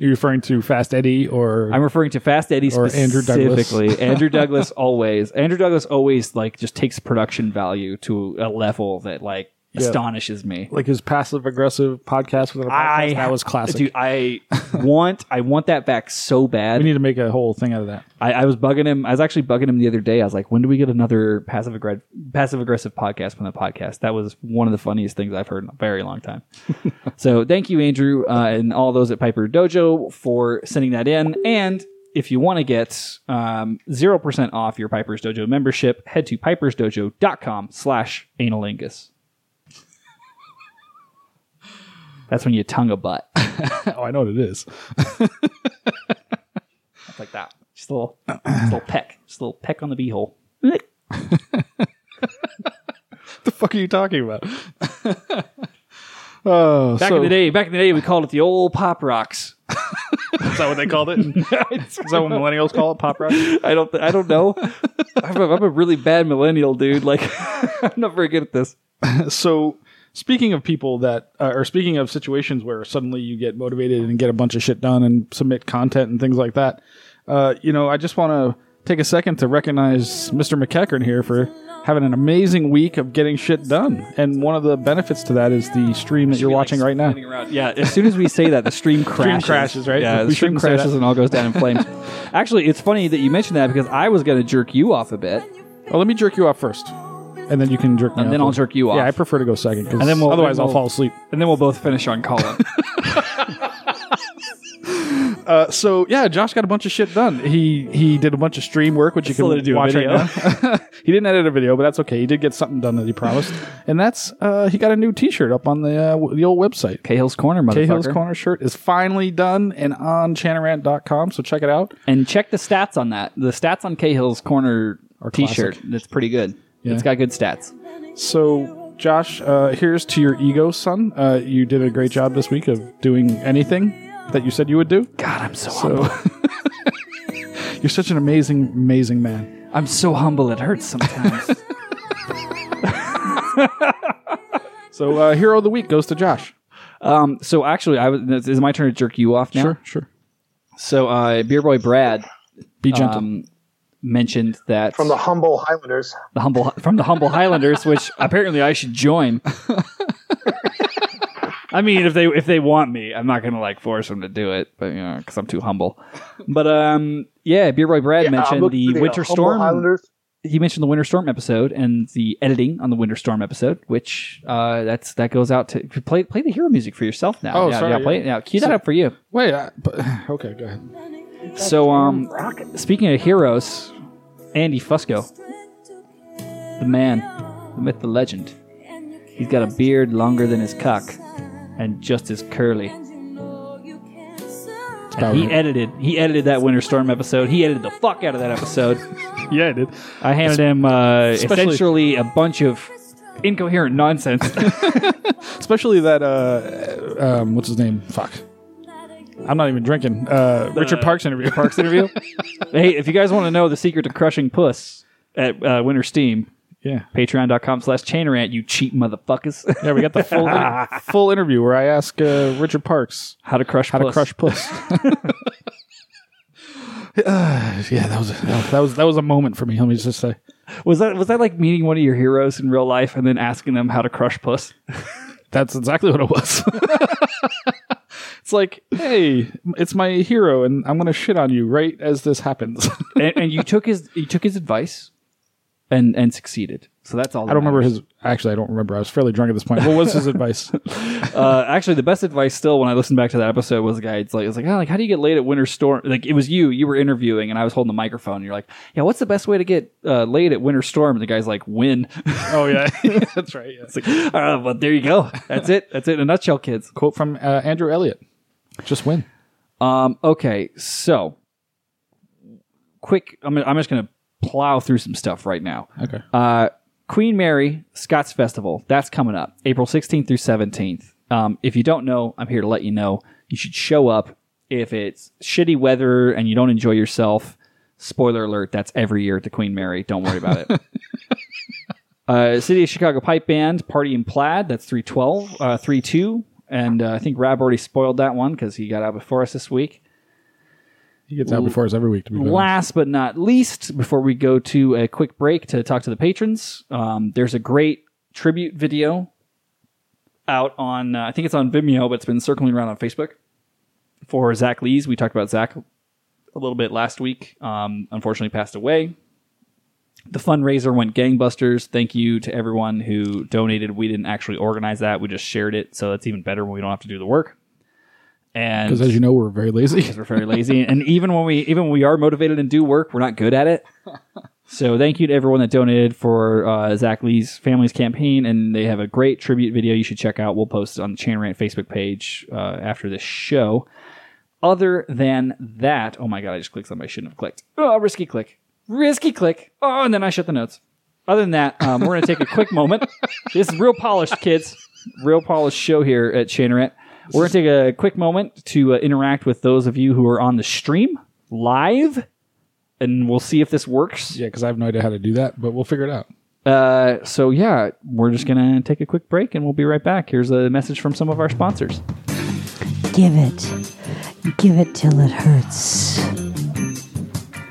S3: You're referring to Fast Eddie or
S2: i'm referring to fast eddie
S3: Or Andrew Douglas.
S2: specifically andrew douglas, always andrew douglas always like just takes production value to a level that like astonishes me
S3: like his passive aggressive podcast with a podcast?
S2: I
S3: that was classic.
S2: dude i want i want that back so bad
S3: we need to make a whole thing out of that.
S2: I, I was bugging him. I was actually bugging him the other day. I was like, "When do we get another passive aggressive passive aggressive podcast from the podcast?" That was one of the funniest things I've heard in a very long time. so, thank you, Andrew, uh, and all those at Piper Dojo for sending that in. And if you want to get um, zero percent off your Piper's Dojo membership, head to pipersdojo.com/slash analingus. That's when you tongue a butt
S3: Oh, I know what it is.
S2: like that. Just a little, just a little peck, just a little peck on the beehole. hole.
S3: the fuck are you talking about? oh,
S2: Back
S3: so,
S2: in the day, back in the day, we called it the old pop rocks.
S3: is that what they called it? is that what millennials call it? Pop rock?
S2: I don't, I don't know. I'm a, I'm a really bad millennial, dude. Like, I'm not very good at this.
S3: so speaking of people that uh, or speaking of situations where suddenly you get motivated and get a bunch of shit done and submit content and things like that uh, you know i just want to take a second to recognize mr mceckern here for having an amazing week of getting shit done and one of the benefits to that is the stream that you're watching right now
S2: Yeah, as soon as we say that, the stream crashes.
S3: crashes, right?
S2: Yeah,
S3: We
S2: the stream
S3: shouldn't say
S2: crashes
S3: that.
S2: and all goes down in flames. Actually, it's funny that you mentioned that because I was going to jerk you off a bit,
S3: oh let me jerk you off first and then you can jerk me
S2: And
S3: off
S2: then I'll
S3: later.
S2: jerk you off.
S3: yeah i prefer to go second because
S2: And then we'll-
S3: otherwise
S2: then
S3: i'll
S2: we'll-
S3: fall asleep
S2: and then we'll both finish on Colin.
S3: Uh, so yeah, Josh got a bunch of shit done. He he did a bunch of stream work, which you
S2: Still
S3: can
S2: didn't do a
S3: watch right
S2: video.
S3: now. he didn't edit a video, but that's okay. He did get something done that he promised, and that's uh, he got a new T-shirt up on the uh, w- the old website.
S2: Cahill's Corner, motherfucker.
S3: Cahill's Corner shirt is finally done and on chanarant.com, so check it out.
S2: And check the stats on that. The stats on Cahill's Corner t-shirt. That's pretty good. It's got good stats.
S3: So, Josh, uh, here's to your ego, son. Uh, you did a great job this week of doing anything that you said you would do.
S2: God, I'm so, humble.
S3: So, you're such an amazing, amazing man.
S2: I'm so humble it hurts sometimes.
S3: So, uh, hero of the week goes to Josh.
S2: um, so actually, I was. Is it my turn to jerk you off now?
S3: sure.
S2: So, uh, Beer Boy Brad
S3: Be gentle.
S2: um, mentioned that
S4: from the humble Highlanders. Uh,
S2: the humble from the humble Highlanders, which apparently I should join. I mean, if they if they want me, I'm not gonna like force them to do it, but you know, because I'm too humble. But um, yeah, Beer Boy Brad
S4: Yeah, I'm
S2: mentioned
S4: looking
S2: the
S4: for
S2: Winter
S4: humble
S2: Storm.
S4: Highlanders.
S2: He mentioned the Winter Storm episode and the editing on the Winter Storm episode, which uh, that's that goes out to play play the hero music for yourself now.
S3: Oh,
S2: yeah,
S3: sorry,
S2: yeah, play
S3: yeah.
S2: it now. Cue that up for you.
S3: Wait, I, but, okay, go ahead.
S2: So, um, speaking of heroes, Andy Fusco, the man, the myth, the legend. He's got a beard longer than his cock and just as curly. And he
S3: Powerful.
S2: edited. He edited that Winter Storm episode. He edited the fuck out of that episode.
S3: Yeah, I did.
S2: I handed him uh,
S3: Especially-
S2: essentially a bunch of incoherent nonsense.
S3: Especially that, uh, um, what's his name? Fuck. I'm not even drinking. Uh, Richard Parks interview. Parks interview?
S2: hey, if you guys want to know the secret to crushing puss at uh, Winter Steam,
S3: yeah.
S2: patreon.com slash chainrant, you cheap motherfuckers.
S3: Yeah, we got the full inter- full interview where I ask uh, Richard Parks
S2: How to crush
S3: how
S2: puss.
S3: to crush puss. Uh, yeah, that was a, that was that was a moment for me. Let me just say,
S2: Was that was that like meeting one of your heroes in real life and then asking them how to crush puss?
S3: that's exactly what it was. it's like, hey, it's my hero, and I'm gonna shit on you right as this happens. I
S2: and, and you took his you took his advice, and and succeeded. So that's all. that
S3: don't remember
S2: matters.
S3: his. Actually, I don't remember. I was fairly drunk at this point. What was his advice?
S2: Uh, actually, the best advice still when I listened back to that episode was the guy. It's like it's like, oh, like how do you get laid at Winter Storm? Like it was you. You were interviewing, and I was holding the microphone. And you're like, yeah, what's the best way to get uh, laid at Winter Storm? And the guy's like, win.
S3: oh yeah, that's right. Yeah.
S2: it's like, uh, but there you go. That's it. That's it in a nutshell, kids.
S3: Quote from uh, Andrew Elliott: "Just win."
S2: Um, okay, so quick. I'm, I'm just gonna plow through some stuff right now.
S3: Okay.
S2: Uh, Queen Mary Scots Festival. That's coming up April 16th through 17th. Um, if you don't know, I'm here to let you know. You should show up. If it's shitty weather and you don't enjoy yourself, spoiler alert, that's every year at the Queen Mary. Don't worry about it. uh, City of Chicago Pipe Band, Party in Plaid. That's 312, uh, 3 2. And uh, I think Rab already spoiled that one because he got out before us this week.
S3: He gets out before us every week. To be honest.
S2: Last but not least, before we go to a quick break to talk to the patrons, um, there's a great tribute video out on, uh, I think it's on Vimeo, but it's been circling around on Facebook for Zach Lees. We talked about Zach a little bit last week. Um, unfortunately, passed away. The fundraiser went gangbusters. Thank you to everyone who donated. We didn't actually organize that; we just shared it, so that's even better when we don't have to do the work. And
S3: Because as you know, we're very lazy.
S2: because we're very lazy. and even when we even when we are motivated and do work, we're not good at it. So thank you to everyone that donated for uh, Zach Lee's family's campaign, and they have a great tribute video you should check out. We'll post it on the Chain Rant Facebook page uh, after this show. Other than that, oh my god, I just clicked something I shouldn't have clicked. Oh, risky click, risky click. Oh, and then I shut the notes. Other than that, um, we're going to take a quick moment. This is real polished, kids. Real polished show here at Chainrant. We're going to take a quick moment to uh, interact with those of you who are on the stream live, and we'll see if this works.
S3: Yeah, because I have no idea how to do that, but we'll figure it out.
S2: Uh, so, yeah, we're just going to take a quick break and we'll be right back. Here's a message from some of our sponsors.
S7: Give it. Give it till it hurts. Oh, yeah.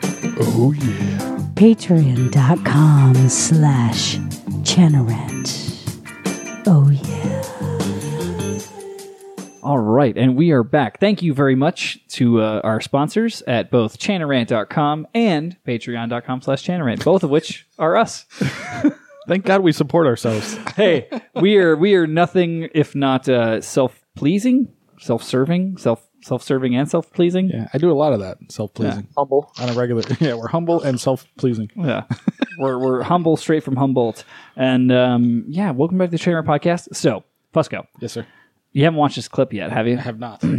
S7: Patreon.com slash Chenerant. Oh, yeah.
S2: All right, and we are back. Thank you very much to uh, our sponsors at both chanarant.com and patreon.com slash chanarant, both of which are us.
S3: Thank God we support ourselves.
S2: hey, we are we are nothing if not uh, self pleasing, self serving, self self-serving and self-pleasing.
S3: Yeah, I do a lot of that self pleasing
S4: Humble.
S3: on a regular. Yeah, we're humble and self pleasing.
S2: Yeah. we're, we're humble, straight from Humboldt. And um, yeah, welcome back to the Trainer Podcast. So, Fusco,
S3: Yes, sir.
S2: you haven't watched this clip yet, have you?
S3: I have not,
S2: We're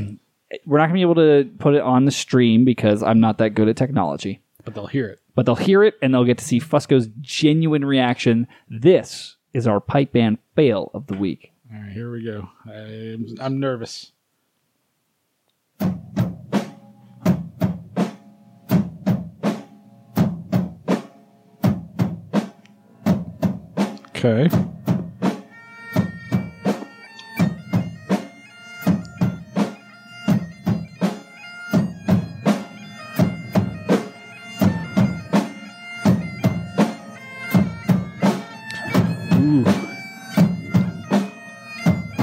S2: not going to be able to put it on the stream because I'm not that good at technology.
S3: but they'll hear it.
S2: But they'll hear it and they'll get to see Fusco's genuine reaction. This is our pipe band fail of the week.
S3: All right, here we go. I'm, I'm nervous. Okay.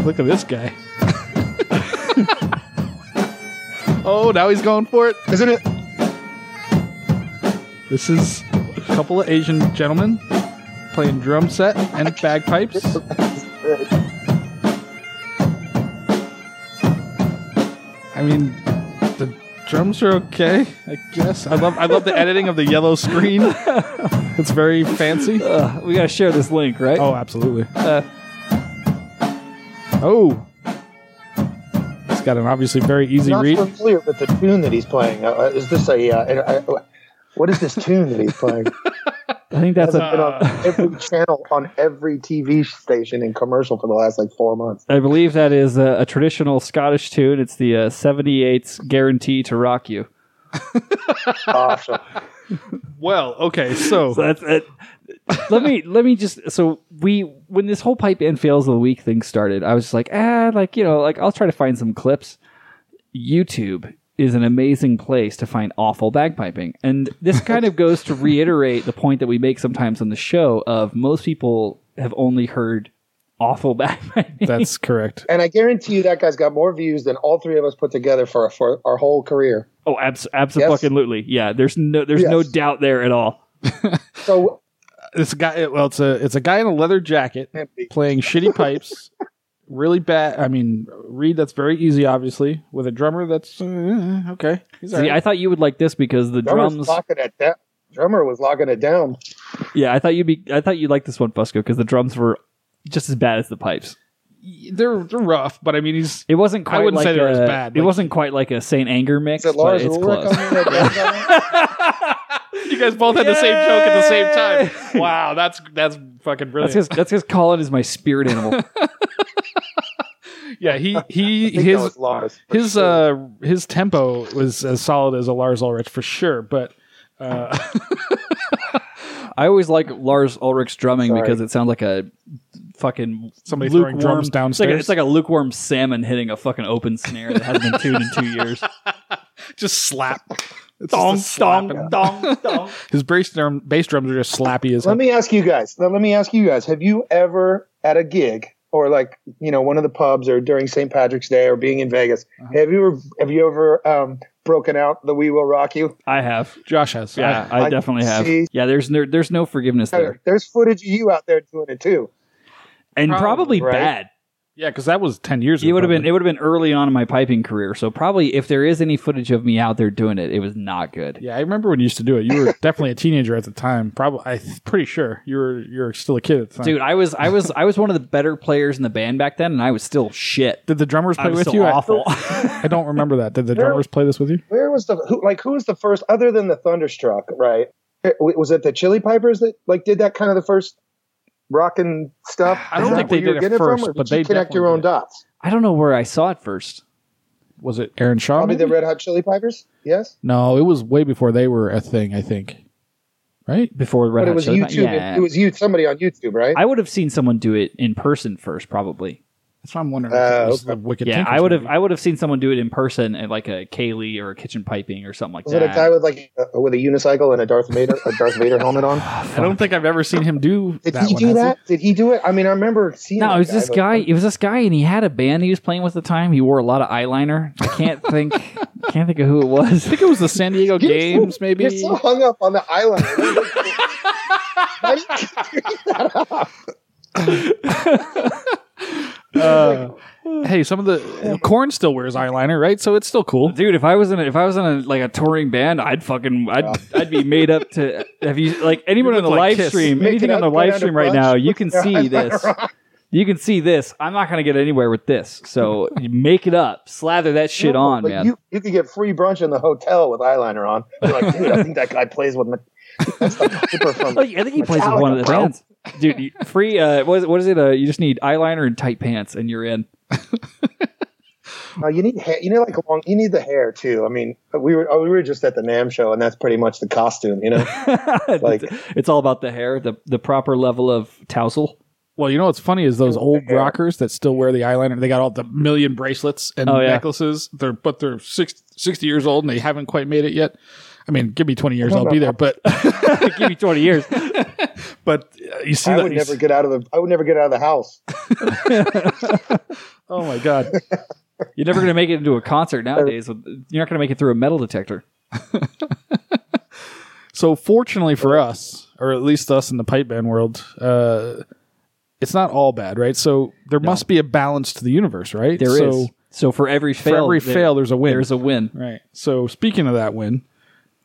S3: Look at this guy. oh, now he's going for it, isn't it? This is a couple of Asian gentlemen playing drum set and bagpipes. I mean, the drums are okay, I guess. I love I love the editing of the yellow screen. It's very fancy.
S2: Uh, we got to share this link, right?
S3: Oh, absolutely. oh. It's got an obviously very easy
S4: Not
S3: read.
S4: familiar with the tune that he's playing. Uh, is this a? Uh, I- I- what is this tune that he's playing?
S2: I think that's uh,
S4: It's
S2: a,
S4: been on every channel on every TV station and commercial for the last like four months.
S2: I believe that is a, a traditional Scottish tune. It's the uh, 78's Guarantee to Rock You.
S4: Awesome.
S3: Well, okay, so
S2: So that's it. let me let me just so we when this whole pipe and fails of the week thing started, I was just like, ah, like you know, like I'll try to find some clips. YouTube is an amazing place to find awful bagpiping. And this kind of goes to reiterate the point that we make sometimes on the show of most people have only heard awful bagpiping.
S3: that's correct.
S4: And I guarantee you that guy's got more views than all three of us put together for for our whole career.
S2: Oh, abs- absolutely. Yeah, there's no there's no
S4: Yes.
S2: doubt there at all.
S4: So
S3: This guy, well, it's a it's a guy in a leather jacket playing shitty pipes. Really bad. I mean, read that's very easy, obviously, with a drummer that's uh, okay. He's all
S2: See, I
S3: right.
S2: thought you would like this because the
S4: drummer's
S2: drums
S4: locking it down. Drummer was locking it down.
S2: Yeah, I thought you'd be. I thought you'd like this one, Fusco, because the drums were just as bad as the pipes.
S3: they're they're rough, but I mean, he's
S2: It wasn't quite.
S3: wouldn't
S2: like
S3: say they
S2: a,
S3: were as bad,
S2: It
S3: like-
S2: wasn't quite like a Saint Anger mix,
S4: Is it
S2: but
S4: Lars
S2: it's
S4: Ulrich
S2: close.
S4: on here? that
S3: you guys both had the same joke at the same time. Wow, that's that's fucking
S2: That's
S3: brilliant.
S2: just that's just Colin is my spirit animal.
S3: yeah, he he
S4: I think that
S3: his
S4: was Lars. for
S3: his
S4: sure.
S3: uh his tempo was as solid as a Lars Ulrich for sure, but uh,
S2: I always like Lars Ulrich's drumming
S4: Sorry.
S2: because it sounds like a fucking
S3: Somebody
S2: lukewarm,
S3: throwing drums
S2: It's like, a,
S3: downstairs.
S2: it's like a lukewarm salmon hitting a fucking open snare that hasn't been tuned in two years.
S3: just slap. It's just a
S2: dong,
S3: slap
S2: dong,
S3: and-
S2: dong, dong.
S3: His bass drum bass drums are just slappy as
S4: let me ask you guys. Let me ask you guys. Have you ever at a gig or like you know one of the pubs or during St. Patrick's Day or being in Vegas?
S3: Uh-huh.
S4: Have you ever have you ever um, broken out the "We Will Rock You"?
S2: I have.
S3: Josh has.
S2: Yeah,
S3: I-
S2: I,
S4: I
S2: definitely have.
S4: see.
S2: Yeah, there's no, there's no forgiveness there,
S4: There's footage of you out there doing it too.
S2: and probably,
S4: Probably, right?
S2: bad.
S3: yeah, because that was ten years ago.
S2: It would have been
S3: probably.
S2: it would have been early on in my piping career. So probably if there is any footage of me out there doing it, it was not good.
S3: Yeah, I remember when you used to do it. You were definitely a teenager at the time. Probably, I'm pretty sure you were. You were still a kid at the time.
S2: Dude, I was I was I was one of the better players in the band back then, and I was still shit.
S3: did the drummers
S2: I
S3: play
S2: was
S3: with
S2: so
S3: you? I-
S2: awful.
S3: I, don't remember that. Did the drummers play this with you?
S4: Where was the who, like who was the first other than the Thunderstruck? Right? It- Was it the Chili Pipers that like did that kind of the first rocking stuff?
S3: I don't
S4: Is that
S3: think
S4: where
S3: they
S4: you were
S3: did it
S4: getting from,
S3: first,
S4: or did
S3: but
S4: you
S3: they
S4: connect your
S3: definitely
S4: own
S3: did.
S4: dots.
S2: I don't know where I saw it first.
S3: Was it Aaron Shaw?
S4: Probably the
S3: maybe?
S4: Red Hot Chili Pipers. Yes,
S3: no, it was way before they were a thing. I think. Right.
S2: Before Red
S4: but it
S2: Hot
S4: was
S2: Chili Peppers.
S4: YouTube.
S2: Yeah.
S4: It was you. Somebody on YouTube, right?
S2: I would have seen someone do it in person first, probably.
S3: That's what I'm wondering.
S4: Uh,
S3: It was the
S4: okay.
S3: Wicked
S2: Yeah,
S3: Tinkers
S2: I would have.
S3: movie.
S2: I would have seen someone do it in person at like a Kaylee or a kitchen piping or something like
S4: Was
S2: that.
S4: it a guy with like a, with a unicycle and a Darth Vader a Darth Vader helmet on?
S3: I don't think I've ever seen him do
S4: Did
S3: that
S4: he
S3: one,
S4: do
S3: has
S4: that? Did he do it? I mean, I remember seeing.
S2: No,
S4: that
S2: it was this
S4: but-
S2: guy. It was this guy, and he had a band he was playing with at the time. He wore a lot of eyeliner. I can't think. can't think of who it was.
S3: I think it was the San Diego Games, maybe.
S4: You're so hung up on the island. Why did you bring that up?
S3: Uh, hey, some of the corn still wears eyeliner, right? So it's still cool.
S2: Dude, if I was in a, if I was in a, like a touring band, I'd fucking I'd, I'd be made up to have you like anyone
S3: You
S2: on the
S3: look like
S2: live
S3: Kiss.
S2: stream,
S4: Make
S2: anything
S4: it
S2: on the
S4: up, go
S2: live
S4: down to
S2: stream right
S4: brunch,
S2: now, you
S4: put
S2: can
S4: your
S2: see
S4: eyeliner
S2: this.
S4: on.
S2: You can see this. I'm not gonna get anywhere with this. So you make it up, slather that shit
S4: No,
S2: on,
S4: but
S2: man.
S4: You you could get free brunch in the hotel with eyeliner on. You're like, dude, I think that guy plays with. Me- That's the paper from.
S2: Like, Oh, I think he plays with one of the
S4: Metallica, bro.
S2: bands. Dude, you- free. Uh, what is, what is it? Uh, you just need eyeliner and tight pants, and you're in.
S4: No, you need hair. You need like long. You need the hair too. I mean, we were we were just at the Nam show, and that's pretty much the costume. You know,
S2: It's- it's all about the hair, the the proper level of tousle.
S3: Well, you know what's funny is those old rockers that still wear the eyeliner. They got all the million bracelets and
S2: Oh, yeah.
S3: necklaces. They're but they're six, 60 years old and they haven't quite made it yet. I mean, give me twenty years, I'll be there. But
S2: Give me 20 years.
S3: but uh, you see
S4: I
S3: that?
S4: would
S3: you
S4: never
S3: s-
S4: get out of the. I would never get out of the house.
S3: oh my god!
S2: You're never going to make it into a concert nowadays. with- You're not going to make it through a metal detector.
S3: So fortunately for us, or at least us in the pipe band world, uh, it's not all bad, right? So there must be a balance to the universe, right?
S2: There is
S3: so
S2: so, for every
S3: for
S2: fail,
S3: every
S2: there-
S3: fail, there's a win.
S2: there's a win.
S3: Right. So speaking of that win,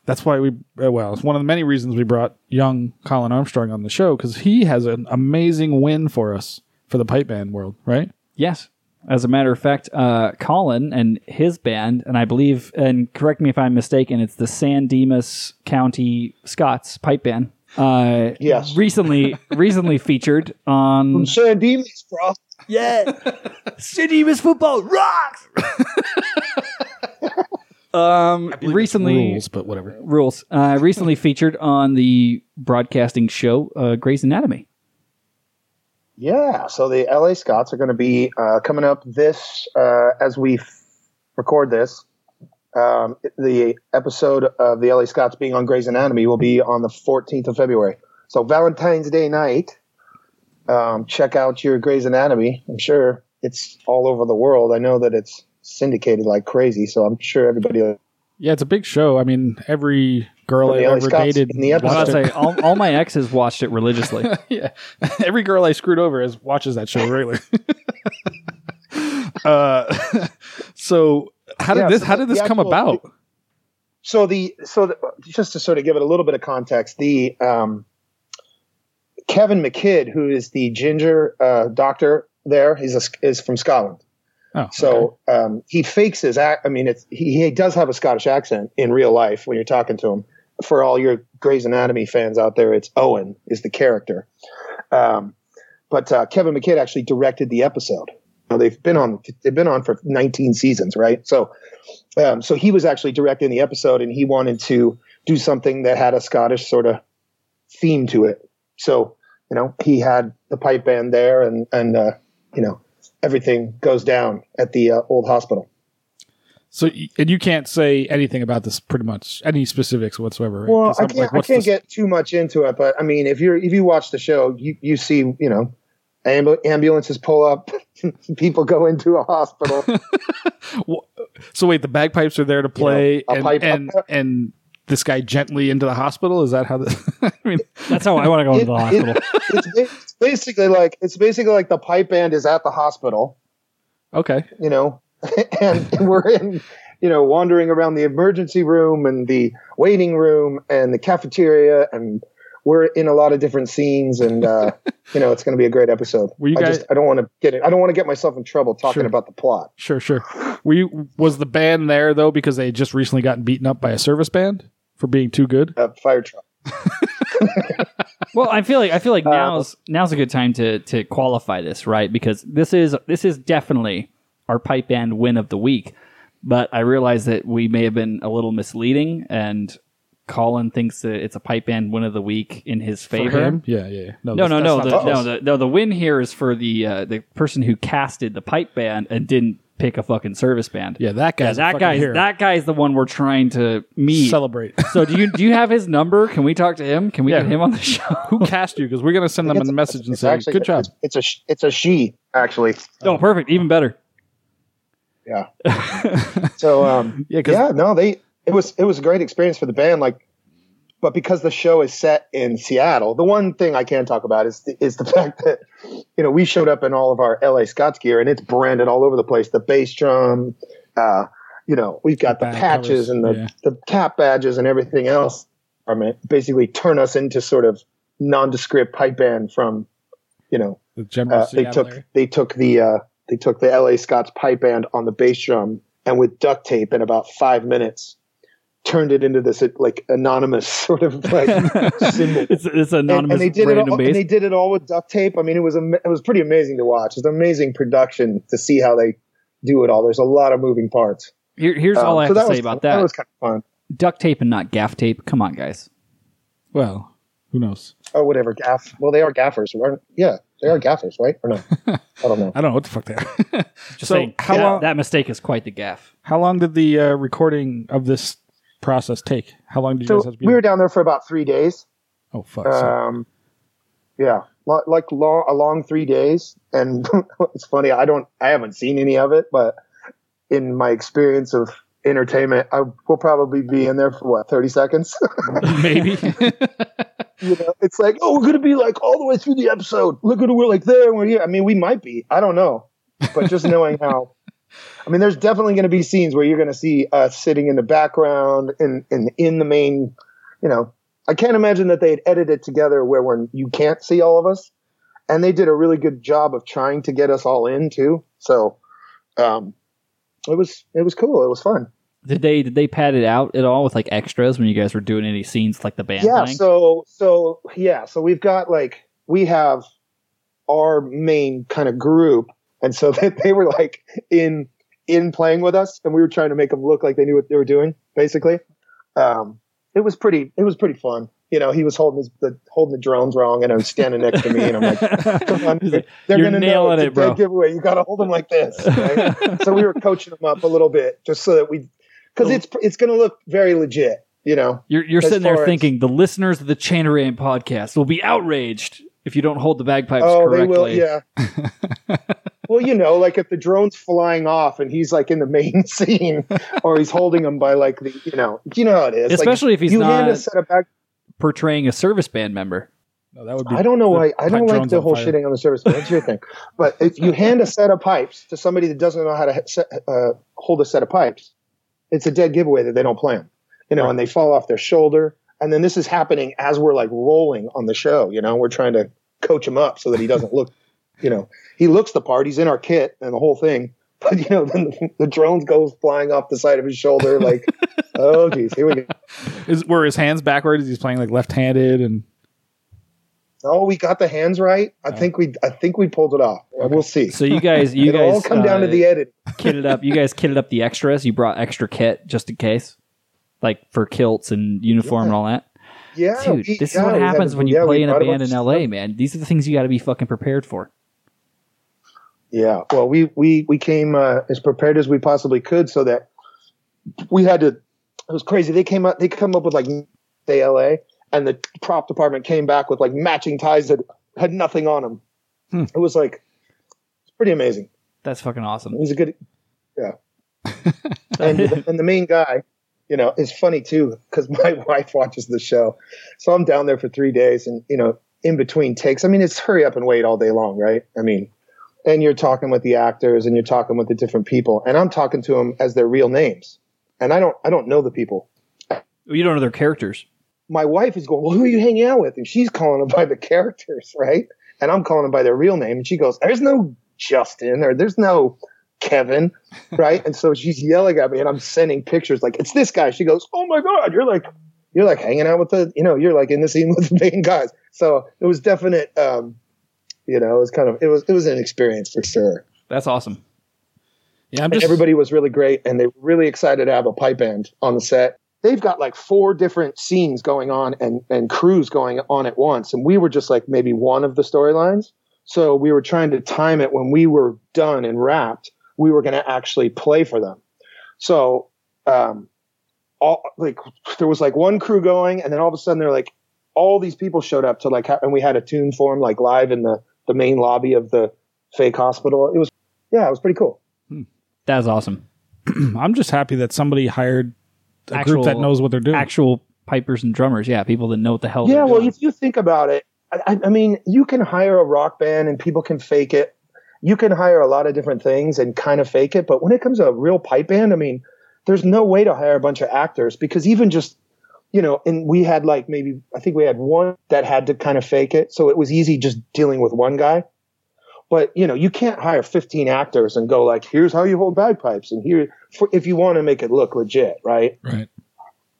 S3: that's why we uh, well, it's one of the many reasons we brought young Colin Armstrong on the show because he has an amazing win for us for the pipe band world, right?
S2: Yes. As a matter of fact, uh, Colin and his band, and I believe, and correct me if I'm mistaken, it's the San Dimas County Scots Pipe Band. Uh,
S4: Yes.
S2: Recently, recently featured on
S4: San Dimas, bro.
S2: Yeah. San Dimas football rocks. um, recently
S3: rules, but whatever.
S2: rules. Uh, recently featured on the broadcasting show uh, Grey's Anatomy.
S4: Yeah, so the LA Scots are going to be uh, coming up this uh, as we f- record this. Um, the episode of the LA Scots being on Grey's Anatomy will be on the 14th of February. So Valentine's Day night, um, check out your Grey's Anatomy. I'm sure it's all over the world. I know that it's syndicated like crazy, so I'm sure everybody.
S3: Yeah, it's a big show. I mean, every girl
S4: From the
S3: I
S4: LA
S3: ever
S4: Scots
S3: dated,
S4: in the
S2: I was
S4: episode.
S3: watched
S2: about to say all, all my exes watched it religiously.
S3: yeah, every girl I screwed over is watches that show regularly. uh, so how did
S4: Yeah,
S3: this
S4: so
S3: how
S4: the-
S3: did this
S4: the
S3: come
S4: actual-
S3: about?
S4: so the so the, just to sort of give it a little bit of context, the um, Kevin McKidd, who is the ginger uh, doctor there, he's a, is from Scotland.
S3: Oh, okay.
S4: So um, he fakes his act. I mean, it's he, he does have a Scottish accent in real life when you're talking to him. For all your Grey's Anatomy fans out there, it's Owen is the character. Um, but uh, Kevin McKidd actually directed the episode. Now, they've been on they've been on for 19 seasons, right? So um, so he was actually directing the episode, and he wanted to do something that had a Scottish sort of theme to it. So you know, he had the pipe band there, and and uh, you know, everything goes down at the uh, old hospital.
S3: So y- and you can't say anything about this, pretty much any specifics whatsoever. Right?
S4: Well,
S3: 'Cause
S4: I
S3: I'm
S4: can't,
S3: like,
S4: I
S3: what's
S4: can't
S3: the-
S4: get too much into it, but I mean, if you're if you watch the show, you you see, you know, ambu- ambulances pull up, people go into a hospital.
S3: So wait, the bagpipes are there to play,
S4: a
S3: and,
S4: pipe-
S3: and and this guy gently into the hospital. Is that how? The, I mean,
S2: That's how I want to go into the
S4: It- it-
S2: hospital.
S4: it's, ba- it's basically like it's basically like the pipe band is at the hospital,
S3: okay,
S4: you know, and we're in, you know, wandering around the emergency room and the waiting room and the cafeteria, and we're in a lot of different scenes, and uh, you know, it's going to be a great episode.
S3: Were you
S4: I
S3: guys-
S4: just I don't want to get it. I don't want to get myself in trouble talking
S3: Sure.
S4: about the plot.
S3: sure, sure. We was the band there though because they had just recently gotten beaten up by a service band for being too good.
S4: Uh, fire truck.
S2: Well, I feel like I feel like
S3: Uh,
S2: now's now's a good time to to qualify this, right? Because this is this is definitely our pipe band win of the week. But I realize that we may have been a little misleading, and Colin thinks that it's a pipe band win of the week in his favor.
S3: Yeah, yeah. yeah.
S2: No, no,
S3: that's- that's
S2: no,
S3: not
S2: the,
S3: the case.
S2: no, the, no. The win here is for the uh, the person who casted the pipe band and didn't pick a fucking service band.
S3: Yeah, that
S2: Yeah,
S3: guy's a
S2: that
S3: fucking
S2: guy.
S3: hero.
S2: That guy's the one we're trying to meet.
S3: celebrate.
S2: So do you do you have his number? Can we talk to him? Can we
S3: Yeah.
S2: get him on the show?
S3: Who cast you? Because we're gonna send them a message and
S4: It's
S3: say, "Good job."
S4: It's, it's a sh- it's a she actually.
S2: oh, perfect. Even better.
S4: Yeah. so um,
S3: Yeah,
S4: yeah,
S3: 'cause-
S4: no, they it was it was a great experience for the band. Like But because the show is set in Seattle, the one thing I can talk about is the, is the fact that you know we showed up in all of our LA Scots gear and it's branded all over the place. The bass drum, uh, you know, we've got the,
S3: Back
S4: patches
S3: covers,
S4: and the,
S3: yeah.
S4: the cap badges and everything else. I mean, basically turn us into sort of nondescript pipe band from you know
S3: The general
S4: uh, they
S3: Seattle
S4: took
S3: area.
S4: they took the uh, they took the L.A. Scots pipe band on the bass drum and with duct tape in about five minutes turned it into this like anonymous sort of like symbol.
S2: it's, it's
S4: And-
S2: anonymous
S4: and, they did it
S2: random
S4: all,
S2: base.
S4: and they did it all with duct tape. I mean, it was am- it was pretty amazing to watch. It's amazing production to see how they do it all. There's a lot of moving parts.
S2: Here, here's
S4: Um,
S2: all I have
S4: so
S2: to
S4: that
S2: say
S4: was-
S2: about that.
S4: That was kind of fun.
S2: Duct tape and not gaff tape. Come on, guys.
S3: Well, who knows?
S4: Oh, whatever. Gaff. Well, they are gaffers, right? Yeah, they are gaffers, right? Or no? I don't know.
S3: I don't know what the fuck they are.
S2: Just
S3: So,
S2: saying,
S3: how
S2: that,
S3: long-
S2: that mistake is quite the gaff.
S3: How long did the uh, recording of this process take? How long did you guys
S4: So
S3: have to be?
S4: we were
S3: there?
S4: down there for about three days.
S3: oh fuck! sorry.
S4: Um, yeah, lo- like long, a long three days, and it's funny. I don't, I haven't seen any of it, but in my experience of entertainment, I will probably be in there for what thirty seconds.
S3: Maybe.
S4: you know, it's like, oh, we're gonna be like all the way through the episode. Look at we're like there, and we're here. I mean, we might be. I don't know, but just knowing how. I mean, there's definitely going to be scenes where you're going to see us sitting in the background and, and in the main, you know. I can't imagine that they'd edit it together where when you can't see all of us, and they did a really good job of trying to get us all in too. So, um, it was it was cool. It was fun.
S2: Did they did they pad it out at all with like extras when you guys were doing any scenes with, like the band?
S4: yeah
S2: playing?
S4: so so yeah so we've got like we have our main kind of group and so they, they were like in in playing with us and we were trying to make them look like they knew what they were doing basically um it was pretty it was pretty fun you know he was holding his the holding the drones wrong and i was standing next to me and i'm like come on
S2: He's like,
S4: they're
S2: "You're
S4: gonna know
S2: nailing
S4: it's a
S2: it, bro."
S4: dead giveaway you gotta hold them like this right? so we were coaching them up a little bit just so that we because it's it's gonna look very legit you know
S2: You're, you're
S4: As
S2: sitting there
S4: far as-
S2: thinking the listeners of the Chanaran podcast will be outraged if you don't hold the bagpipes correctly.
S4: Oh, yeah. well, you know, like if the drone's flying off and he's like in the main scene, or he's holding him by like the, you know, you know how it is. Like,
S2: Especially if he's
S4: you hand
S2: not
S4: a set of back.
S2: portraying a service band member.
S3: no, that would be.
S4: I don't know
S3: the
S4: why. I
S3: pipe
S4: don't like
S3: drones
S4: the
S3: on
S4: whole
S3: fire.
S4: shitting on the service. but That's your thing. But if you hand a set of pipes to somebody that doesn't know how to set, uh, hold a set of pipes, it's a dead giveaway that they don't play 'em, You know, and they fall off their shoulder. And then this is happening as we're like rolling on the show. You know, we're trying to coach him up so that he doesn't look, you know, he looks the part. He's in our kit and the whole thing. But you know, then the, the drones goes flying off the side of his shoulder. Like, oh geez, here we go.
S3: Is, were his hands backwards? He's playing like left-handed, and
S4: Oh, we got the hands right. I think we, I think we pulled it off. We'll see.
S2: So you guys, you
S4: It'll
S2: guys
S4: all come down to
S2: uh,
S4: the edit.
S2: kitted up. You guys kitted up the extras. You brought extra kit just in case, like for kilts and uniform and all that.
S4: Yeah,
S2: Dude,
S4: we-
S2: this
S4: yeah,
S2: is what
S4: we
S2: happens
S4: had-
S2: when you
S4: yeah,
S2: play
S4: we
S2: in a
S4: brought
S2: band
S4: bunch
S2: in
S4: of-
S2: LA, man. These are the things you got to be fucking prepared for.
S4: Yeah, well, we we we came uh, as prepared as we possibly could, so that we had to. It was crazy. They came up. They come up with like day LA, and the prop department came back with like matching ties that had nothing on them.
S2: Hmm.
S4: It was like it's pretty amazing.
S2: That's fucking awesome.
S4: He's a good, yeah. and, and the main guy, you know, is funny too because my wife watches the show, so I'm down there for three days, and you know, in between takes. I mean, it's hurry up and wait all day long, right? I mean, and you're talking with the actors, and you're talking with the different people, and I'm talking to them as their real names, and I don't, I don't know the people
S2: You don't know their characters.
S4: my wife is going, Well, who are you hanging out with? And she's calling them by the characters, right? And I'm calling them by their real name. And she goes, There's no Justin or there's no Kevin, right? and so she's yelling at me and I'm sending pictures like, It's this guy. She goes, Oh my God, you're like, you're like hanging out with the, you know, you're like in the scene with the main guys. So it was definite, um, you know, it was kind of, it was, it was an experience for sure.
S2: That's awesome.
S3: yeah, I'm just
S4: Everybody was really great, and they were really excited to have a pipe band on the set. They've got like four different scenes going on and, and crews going on at once. And we were just like maybe one of the storylines. So we were trying to time it when we were done and wrapped, we were going to actually play for them. So, um, all like there was like one crew going, and then all of a sudden they're like, all these people showed up to like, ha- and we had a tune for 'em, like live in the, the main lobby of the fake hospital. It was, yeah, it was pretty cool.
S2: That's awesome.
S3: I'm just happy that somebody hired a
S2: Actual-
S3: group that knows what they're doing.
S2: Actual pipers and drummers. Yeah, people that know what the hell.
S4: Yeah,
S2: they're
S4: well,
S2: doing.
S4: if you think about it, I- I, I mean, you can hire a rock band and people can fake it. You can hire a lot of different things and kind of fake it. But when it comes to a real pipe band, I mean, there's no way to hire a bunch of actors because even just, you know, and we had like maybe, I think we had one that had to kind of fake it. So it was easy just dealing with one guy. But, you know, you can't hire 15 actors and go like, here's how you hold bagpipes and here, for, if you want to make it look legit, right?
S3: Right.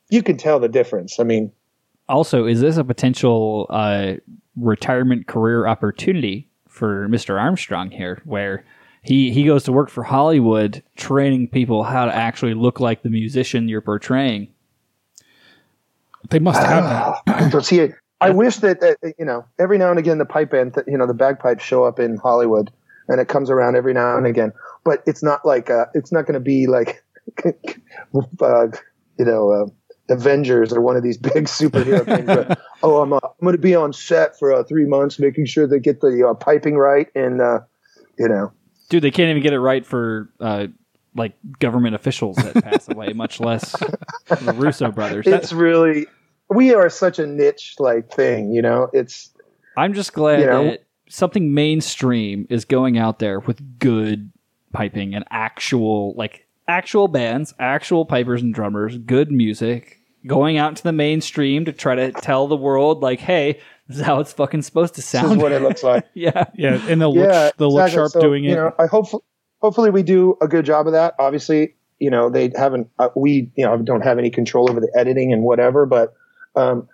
S4: You can tell the difference. I mean,
S2: also, is this a potential uh, retirement career opportunity for Mr. Armstrong here, where he, he goes to work for Hollywood, training people how to actually look like the musician you're portraying?
S3: They must have that.
S4: so see, I wish that, that you know every now and again the pipe band, you know, the bagpipes show up in Hollywood, and it comes around every now and again. But it's not like uh, it's not going to be like, uh, you know, uh, Avengers or one of these big superhero things. But, oh, I'm uh, I'm going to be on set for uh, three months, making sure they get the uh, piping right, and uh, you know,
S2: Dude, they can't even get it right for uh, like government officials that pass away, much less the Russo brothers.
S4: it's really we are such a niche like thing. You know, it's
S2: I'm just glad
S4: You know?
S2: that something mainstream is going out there with good piping and actual like actual bands, actual pipers and drummers, good music going out into the mainstream to try to tell the world like, hey, this is how it's fucking supposed to
S4: this is
S2: sound.
S4: what it looks like.
S2: yeah.
S3: Yeah, and they'll
S4: yeah,
S3: look they'll look
S4: exactly.
S3: sharp
S4: So,
S3: doing
S4: you
S3: it.
S4: know, I hopefully, hopefully we do a good job of that. Obviously, you know they haven't. Uh, we you know don't have any control over the editing and whatever, but um,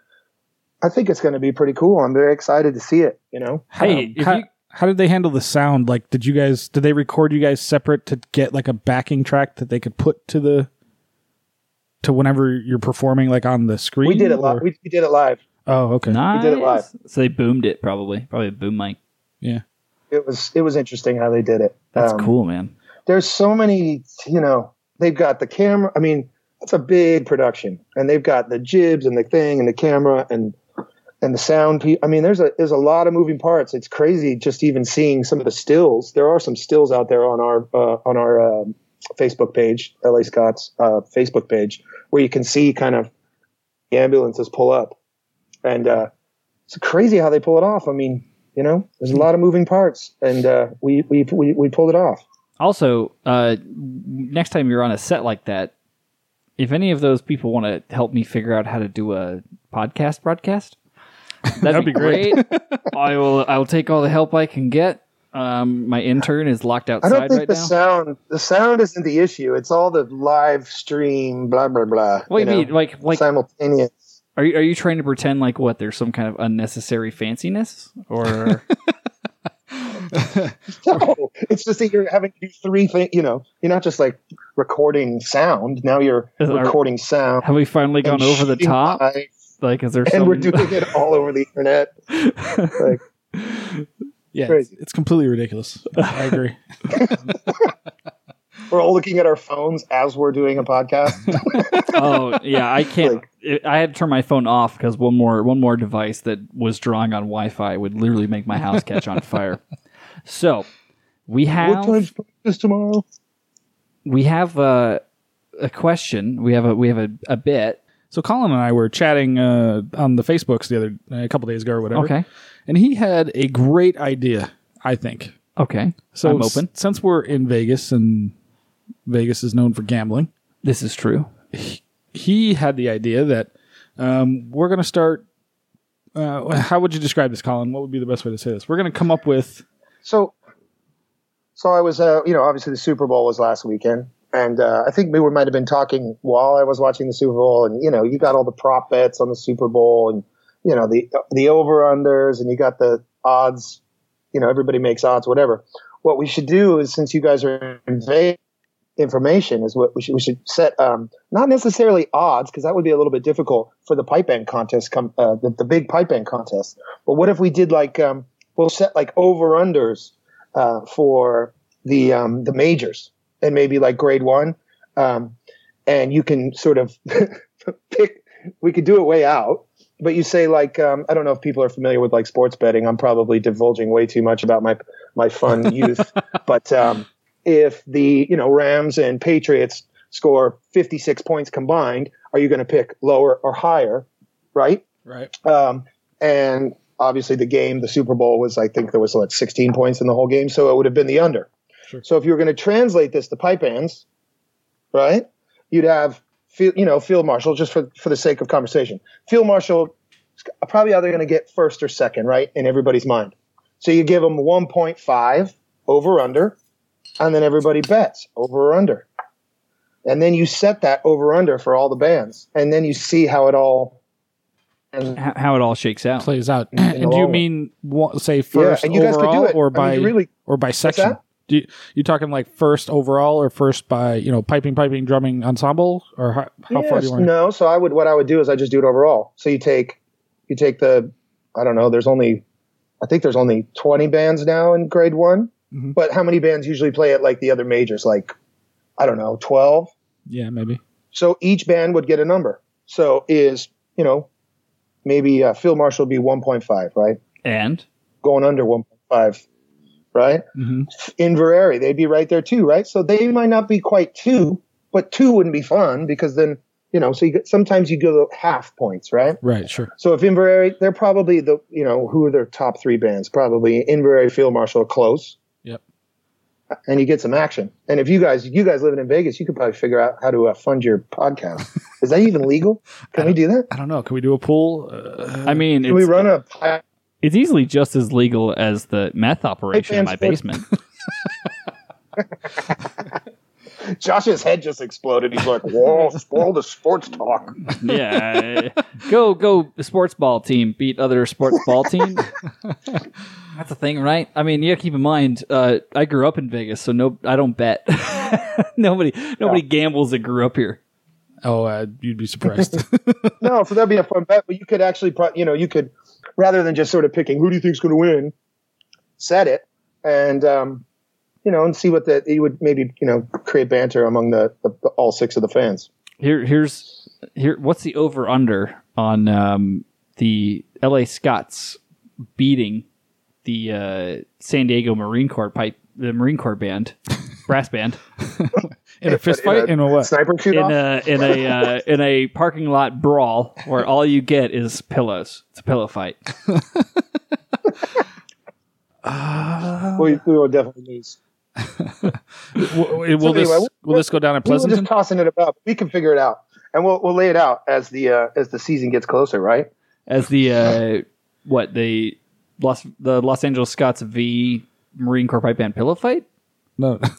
S4: I think it's going to be pretty cool. I'm very excited to see it. You know,
S2: Hey, if
S3: how,
S2: you-
S3: how did they handle the sound? Like, did you guys did they record you guys separate to get like a backing track that they could put to the to whenever you're performing, like on the screen?
S4: we did it live.
S3: or-
S4: We, we did it live.
S3: oh, okay.
S2: Nice.
S4: did it live.
S2: So they boomed it probably. Probably a boom mic.
S4: It was it was interesting how they did it.
S2: That's
S4: Um,
S2: cool, man.
S4: There's so many. You know, they've got the camera. I mean, that's a big production, and they've got the jibs and the thing and the camera and and the sound pe- i mean there's a there's a lot of moving parts it's crazy just even seeing some of the stills there are some stills out there on our uh, on our um, facebook page la scott's uh, facebook page where you can see kind of the ambulances pull up and uh, it's crazy how they pull it off i mean you know there's a lot of moving parts and uh, we, we we we pulled it off
S2: Also, uh, next time you're on a set like that, if any of those people want to help me figure out how to do a podcast broadcast, that'd, be, great. I will. I will take all the help I can get. Um, my intern is locked
S4: I don't
S2: outside
S4: think
S2: right
S4: the
S2: now.
S4: sound the sound isn't the issue. It's all the live stream blah blah blah.
S2: what do you
S4: know,
S2: mean? Like, like,
S4: simultaneous.
S2: are you are you trying to pretend like what? There's some kind of unnecessary fanciness, or
S4: No, it's just that you're having to do three things. You know, you're not just like recording sound. Now you're
S2: Is our-
S4: recording sound.
S2: have we finally
S4: and
S2: gone over the
S4: shooting
S2: top?
S4: live,
S2: Like, is there
S4: and
S2: some?
S4: we're doing it all over the internet. Like,
S3: Yeah,
S4: Crazy.
S3: It's, it's completely ridiculous. I agree.
S4: we're all looking at our phones as we're doing a podcast.
S2: oh yeah, I can't. it- I had to turn my phone off because one more one more device that was drawing on Wi-Fi would literally make my house catch on fire. So we
S4: what
S2: have
S4: time's practice tomorrow?
S2: we have a, a question. We have a we have a, a bit.
S3: So Colin and I were chatting uh, on the Facebooks the other a couple days ago or whatever.
S2: Okay.
S3: and he had a great idea. I think
S2: Okay.
S3: so.
S2: I'm open.
S3: s- since we're in Vegas and Vegas is known for gambling.
S2: This is true.
S3: he had the idea that um, we're going to start. Uh, how would you describe this, Colin? What would be the best way to say this? We're going to come up with.
S4: so so i was uh, you know obviously the super bowl was last weekend and uh, i think we were, might have been talking while i was watching the super bowl and you know you got all the prop bets on the super bowl and you know the the over unders and you got the odds you know everybody makes odds whatever what we should do is since you guys are in Vegas, information is what we should, we should set um, not necessarily odds because that would be a little bit difficult for the pipe band contest come uh, the, the big pipe band contest but what if we did like um, we'll set like over unders uh, for the um, the majors and maybe like grade one um, and you can sort of pick we could do it way out but you say like um, i don't know if people are familiar with like sports betting i'm probably divulging way too much about my my fun youth but um, if the you know rams and patriots score 56 points combined, are you going to pick lower or higher? Right.
S3: Right.
S4: Um, and obviously, the game, the Super Bowl was, I think there was like 16 points in the whole game. So it would have been the under.
S3: Sure.
S4: So if you were going to translate this to pipe bands, right, you'd have, fi- you know, field marshal just for, for the sake of conversation. Field marshal is probably either going to get first or second, right, in everybody's mind. So you give them 1.5 over under, and then everybody bets over or under. And then you set that over under for all the bands, and then you see how it all and
S2: H- how it all shakes out.
S3: Plays out. And do you
S4: long
S3: mean wa- say first
S4: and you guys could do
S3: overall
S4: it.
S3: or
S4: I mean,
S3: by
S4: you really-
S3: or by section?
S4: that?
S3: Do you, you talking like first overall or first by you know piping, piping, drumming ensemble or how, how far do you
S4: Yes,
S3: want? to
S4: no so i would what i would do is i just do it overall so you take you take the i don't know there's only i think there's only 20 bands now in grade one
S3: Mm-hmm.
S4: but how many bands usually play at like the other majors like i don't know 12
S3: Yeah, maybe.
S4: so each band would get a number so is you know maybe uh, field marshal would be 1.5 right
S2: And
S4: going under 1.5 right Inverary, they'd be right there too, right? So they might not be quite two, but two wouldn't be fun because then, you know, so you get, sometimes you go half points, right?
S3: Right. Sure.
S4: So if Inverary, they're probably the, you know, who are their top three bands? Probably Inverary, Field Marshal, Close.
S3: Yep.
S4: And you get some action. And if you guys, you guys living in Vegas, you could probably figure out how to uh, fund your podcast. Is that even legal? Can we do that?
S3: I don't know. Can we do a pool? Uh,
S2: I mean,
S4: Can we
S2: it's,
S4: run a pi-
S2: it's easily just as legal as the meth operation in
S4: fans,
S2: my
S4: but-
S2: basement.
S4: Josh's head just exploded. He's like, whoa, spoil the sports talk.
S2: yeah, go go sports ball team beat other sports ball team. That's a thing, right? I mean, yeah. Keep in mind, uh, I grew up in Vegas, so no, I don't bet. nobody nobody gambles that grew up here.
S3: oh, uh, you'd be surprised.
S4: No, so that'd be a fun bet. But you could actually, pro- you know, you could rather than just sort of picking who do you think's going to win, set it and um, you know, and see what the you would maybe you know create banter among the, the, the all six of the fans.
S2: Here, here's here. What's the over under on um, the L.A. Scots beating the uh, San Diego Marine Corps pipe, the Marine Corps band, brass band
S3: in a fist fight?
S4: In a
S3: In a what?
S4: Sniper shoot
S2: in
S4: off.
S2: a in a uh, in a parking lot brawl where all you get is pillows. It's a pillow fight. uh,
S4: we, we will definitely lose.
S3: Will, will this
S4: anyway, we-
S3: will this go down in
S4: We were just
S3: Pleasanton?
S4: tossing it about. We can figure it out, and we'll we'll lay it out as the uh, as the season gets closer, right?
S2: As the uh, what the Los the Los Angeles Scots v Marine Corps pipe band pillow fight.
S3: No. Let's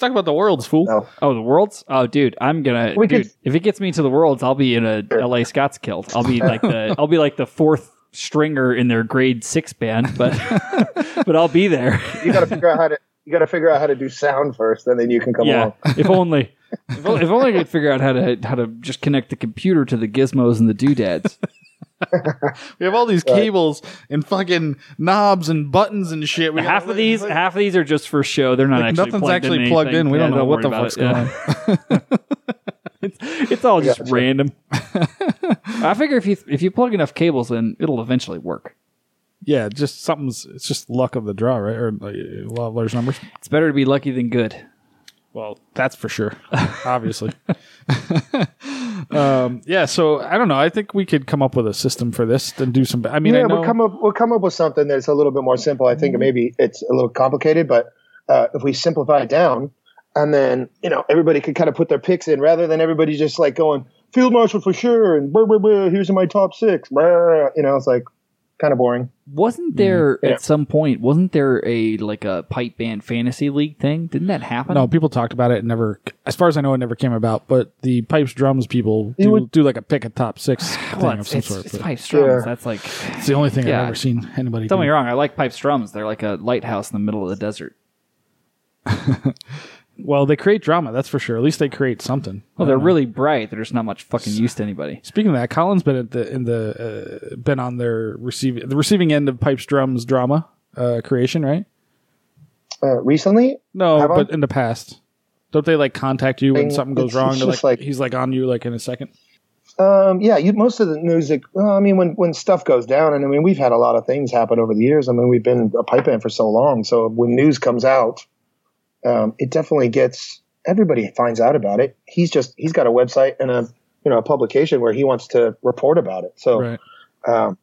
S3: talk about the world's fool.
S4: No.
S2: Oh, the worlds? Oh, dude, I'm gonna.
S4: We
S2: dude,
S4: could-
S2: if it gets me to the worlds, I'll be in a L.A. Scots kilt. I'll be like the. I'll be like the fourth stringer in their grade six band, but but I'll be there.
S4: You got to figure out how to you got to figure out how to do sound first, and then you can come
S2: yeah,
S4: along.
S2: if only. If only, if only I could figure out how to how to just connect the computer to the gizmos and the doodads.
S3: We have all these cables and fucking knobs and buttons and shit. We
S2: half
S3: gotta-
S2: of these, half of these are just for show. They're not
S3: Like,
S2: actually
S3: nothing's
S2: plugged
S3: actually
S2: in
S3: plugged
S2: anything.
S3: in. We
S2: Yeah,
S3: don't know
S2: worry
S3: what the
S2: about
S3: fuck's
S2: it. Yeah. it's, it's all just random. I figure if you if you plug enough cables in, it'll eventually work.
S3: yeah, just something's. It's just luck of the draw, right? Or like, law of large numbers.
S2: It's better to be lucky than good.
S3: Well, that's for sure. Obviously. um, yeah. So I don't know. I think we could come up with a system for this and do some. I mean, I
S4: yeah,
S3: know. Mm-hmm.
S4: we'll come up we'll come up with something that's a little bit more simple. I think maybe it's a little complicated, but uh, if we simplify it down, and then you know everybody could kind of put their picks in rather than everybody just like going field marshal for sure and blah, blah, blah, here's my top six. Blah, you know, it's like kind of boring.
S3: Mm-hmm.
S2: Wasn't there
S4: Yeah.
S2: at some point? Wasn't there a like a pipe band fantasy league thing? Didn't that happen?
S3: no, people talked about it. and Never, as far as I know, it never came about. But the pipes drums people do,
S4: would-
S3: do like a pick a top six thing
S2: Well,
S3: of
S2: it's,
S3: some
S2: it's,
S3: sort.
S2: it's
S3: but
S2: pipe strums.
S4: Yeah.
S2: That's like.
S3: it's the only thing
S2: Yeah.
S3: I've ever seen anybody.
S2: Don't
S3: do.
S2: get me wrong. I like pipe strums. They're like a lighthouse in the middle of the desert.
S3: Well, they create drama, that's for sure. At least they create something. Uh,
S2: Well, they're really bright. They're just not much fucking use to anybody.
S3: Speaking of that, Colin's been at the in the uh, been on their receiving the receiving end of Pipes Drums drama uh, creation, right?
S4: Uh, recently,
S3: No,
S4: Have I?
S3: but in the past, don't they like contact you when
S4: Thing-
S3: something goes
S4: it's-
S3: wrong?
S4: it's
S3: They're like,
S4: just like-
S3: he's like on you like in a second.
S4: um, yeah, you most of the music. Well, I mean, when when stuff goes down, and I mean, we've had a lot of things happen over the years. I mean, we've been a pipe band for so long, so when news comes out, um, it definitely gets everybody finds out about it. He's just he's got a website and a you know a publication where he wants to report about it. So
S3: Right.
S4: um,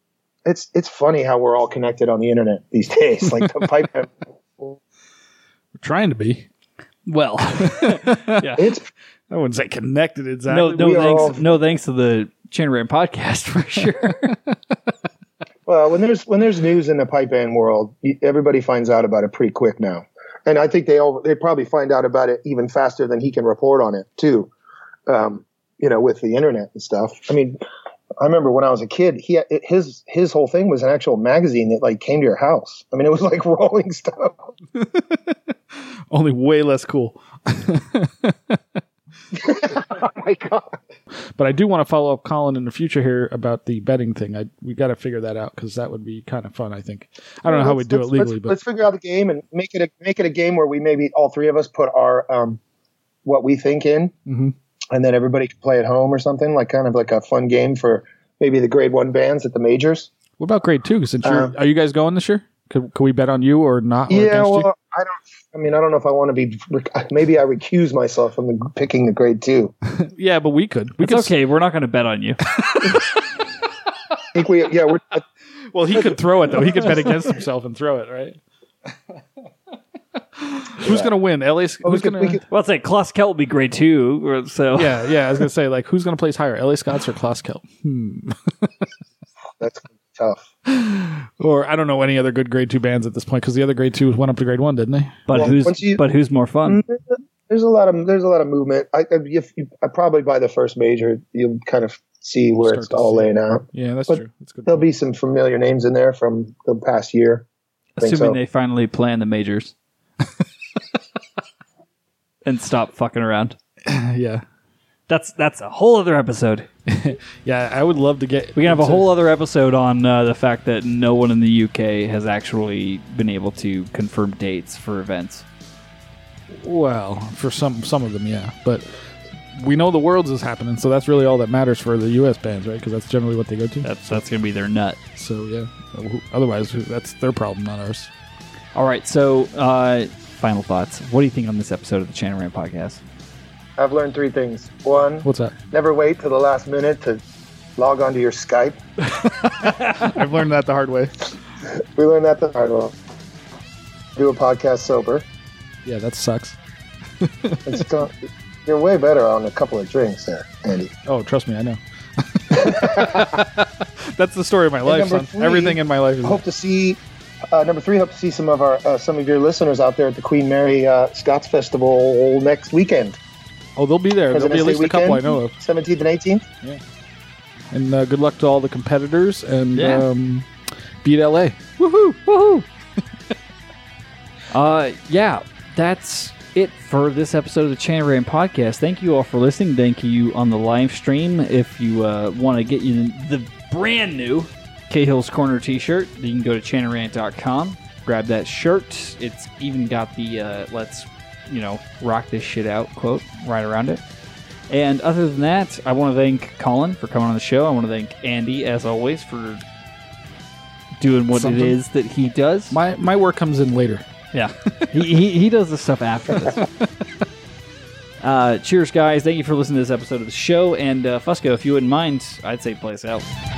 S4: it's it's funny how we're all connected on the internet these days. Like the pipe,
S3: We're trying to be.
S2: Well,
S4: it's
S3: I wouldn't say connected exactly.
S2: no, no
S4: We are
S2: thanks,
S4: all-
S2: no thanks to the Chain Ram podcast for sure.
S4: Well, when there's when there's news in the pipe band world, y- everybody finds out about it pretty quick now, and I think they all they probably find out about it even faster than he can report on it too. Um, you know, with the internet and stuff. I mean, I remember when I was a kid, he it, his his whole thing was an actual magazine that like came to your house. I mean, it was like Rolling Oh Stone.
S3: Only way less cool.
S4: Oh my god!
S3: But I do want to follow up Colin in the future here about the betting thing. I we got to figure that out because that would be kind of fun. I think. I don't know how we
S4: Let's-
S3: do it
S4: let's- let's-
S3: legally, but
S4: let's figure out the game and make it a make it a game where we maybe all three of us put our um, what we think in,
S3: Mhm.
S4: and then everybody can play at home or something like kind of like a fun game for maybe the grade one bands at the majors.
S3: what about grade two? Since you're,
S4: Um,
S3: are you guys going this year? Could, could we bet on you or not? Or
S4: yeah,
S3: against
S4: well,
S3: you?
S4: I don't. I mean, I don't know if I want to be. Maybe I recuse myself from the, picking the grade two. I
S3: yeah, but we could. We
S2: it's
S3: could.
S2: okay. We're not going to bet on you.
S4: think we. Yeah, we're,
S3: Well, he could throw it though. He could bet against himself and throw it, right? who's gonna win? LA's
S4: we
S3: who's
S4: could-
S3: gonna?
S4: we could-
S2: Well, it's like Klaus Kelt will be grade two, or so
S3: yeah, yeah. I was gonna say like who's gonna place higher, LA Scots or Klaus Kelp,
S4: that's tough.
S3: or I don't know any other good grade two bands at this point because the other grade two went up to grade one, didn't they?
S2: But
S4: Well,
S2: who's
S4: once you- Mm-hmm.
S2: but who's more fun?
S4: There's a lot of there's a lot of movement. I, I- if you, I probably by the first major, you'll kind of see where
S3: Start
S4: it's
S3: to
S4: all
S3: see.
S4: laying out.
S3: Yeah, that's
S4: But
S3: true. That's good.
S4: there'll be some familiar names in there from the past year. I think
S2: Assuming
S4: so.
S2: they finally plan the majors and stop fucking around.
S3: Yeah,
S2: That's that's a whole other episode.
S3: yeah. I would love to get.
S2: We can have a whole other episode on uh, the fact that no one in the UK has actually been able to confirm dates for events.
S3: Well, for some some of them, yeah. But we know the worlds is happening, so that's really all that matters for the U.S. bands, right? Because that's generally what they go to.
S2: That's that's gonna be their nut.
S3: So yeah. Otherwise, that's their problem, not ours.
S2: All right, so uh, final thoughts. What do you think on this episode of the Channel Rant podcast?
S4: I've learned three things. One,
S3: What's that?
S4: never wait till the last minute to log onto your Skype.
S3: I've learned that the hard way.
S4: We learned that the hard way. Do a podcast sober.
S3: Yeah, that sucks.
S4: It's go- you're way better on a couple of drinks there, Andy.
S3: Oh, trust me, I know. That's the story of my life,
S4: number
S3: son.
S4: three-
S3: Everything in my life is.
S4: Hope to see. Uh, number three, hope to see some of our uh, some of your listeners out there at the Queen Mary uh, Scots Festival next weekend.
S3: Oh, they'll be there. There'll be at least
S4: President's Day
S3: a couple I know of.
S4: 17th and 18th.
S3: And uh, good luck to all the competitors and
S2: Yeah.
S3: um, beat LA.
S2: Woohoo! Woohoo! uh, yeah, that's it for this episode of the Chan Ram Podcast. Thank you all for listening. Thank you on the live stream. If you uh, want to get you the brand new Cahill's Corner T-shirt, you can go to chanarant.com. Grab that shirt. It's even got the uh, "Let's, you know, rock this shit out" quote right around it. And other than that, I want to thank Colin for coming on the show. I want to thank Andy, as always, for doing what
S3: Something.
S2: it is that he does.
S3: My my work comes in later.
S2: yeah, he, he, he does the stuff after this. uh, cheers, guys! Thank you for listening to this episode of the show. And uh, Fusco, if you wouldn't mind, I'd say play us out.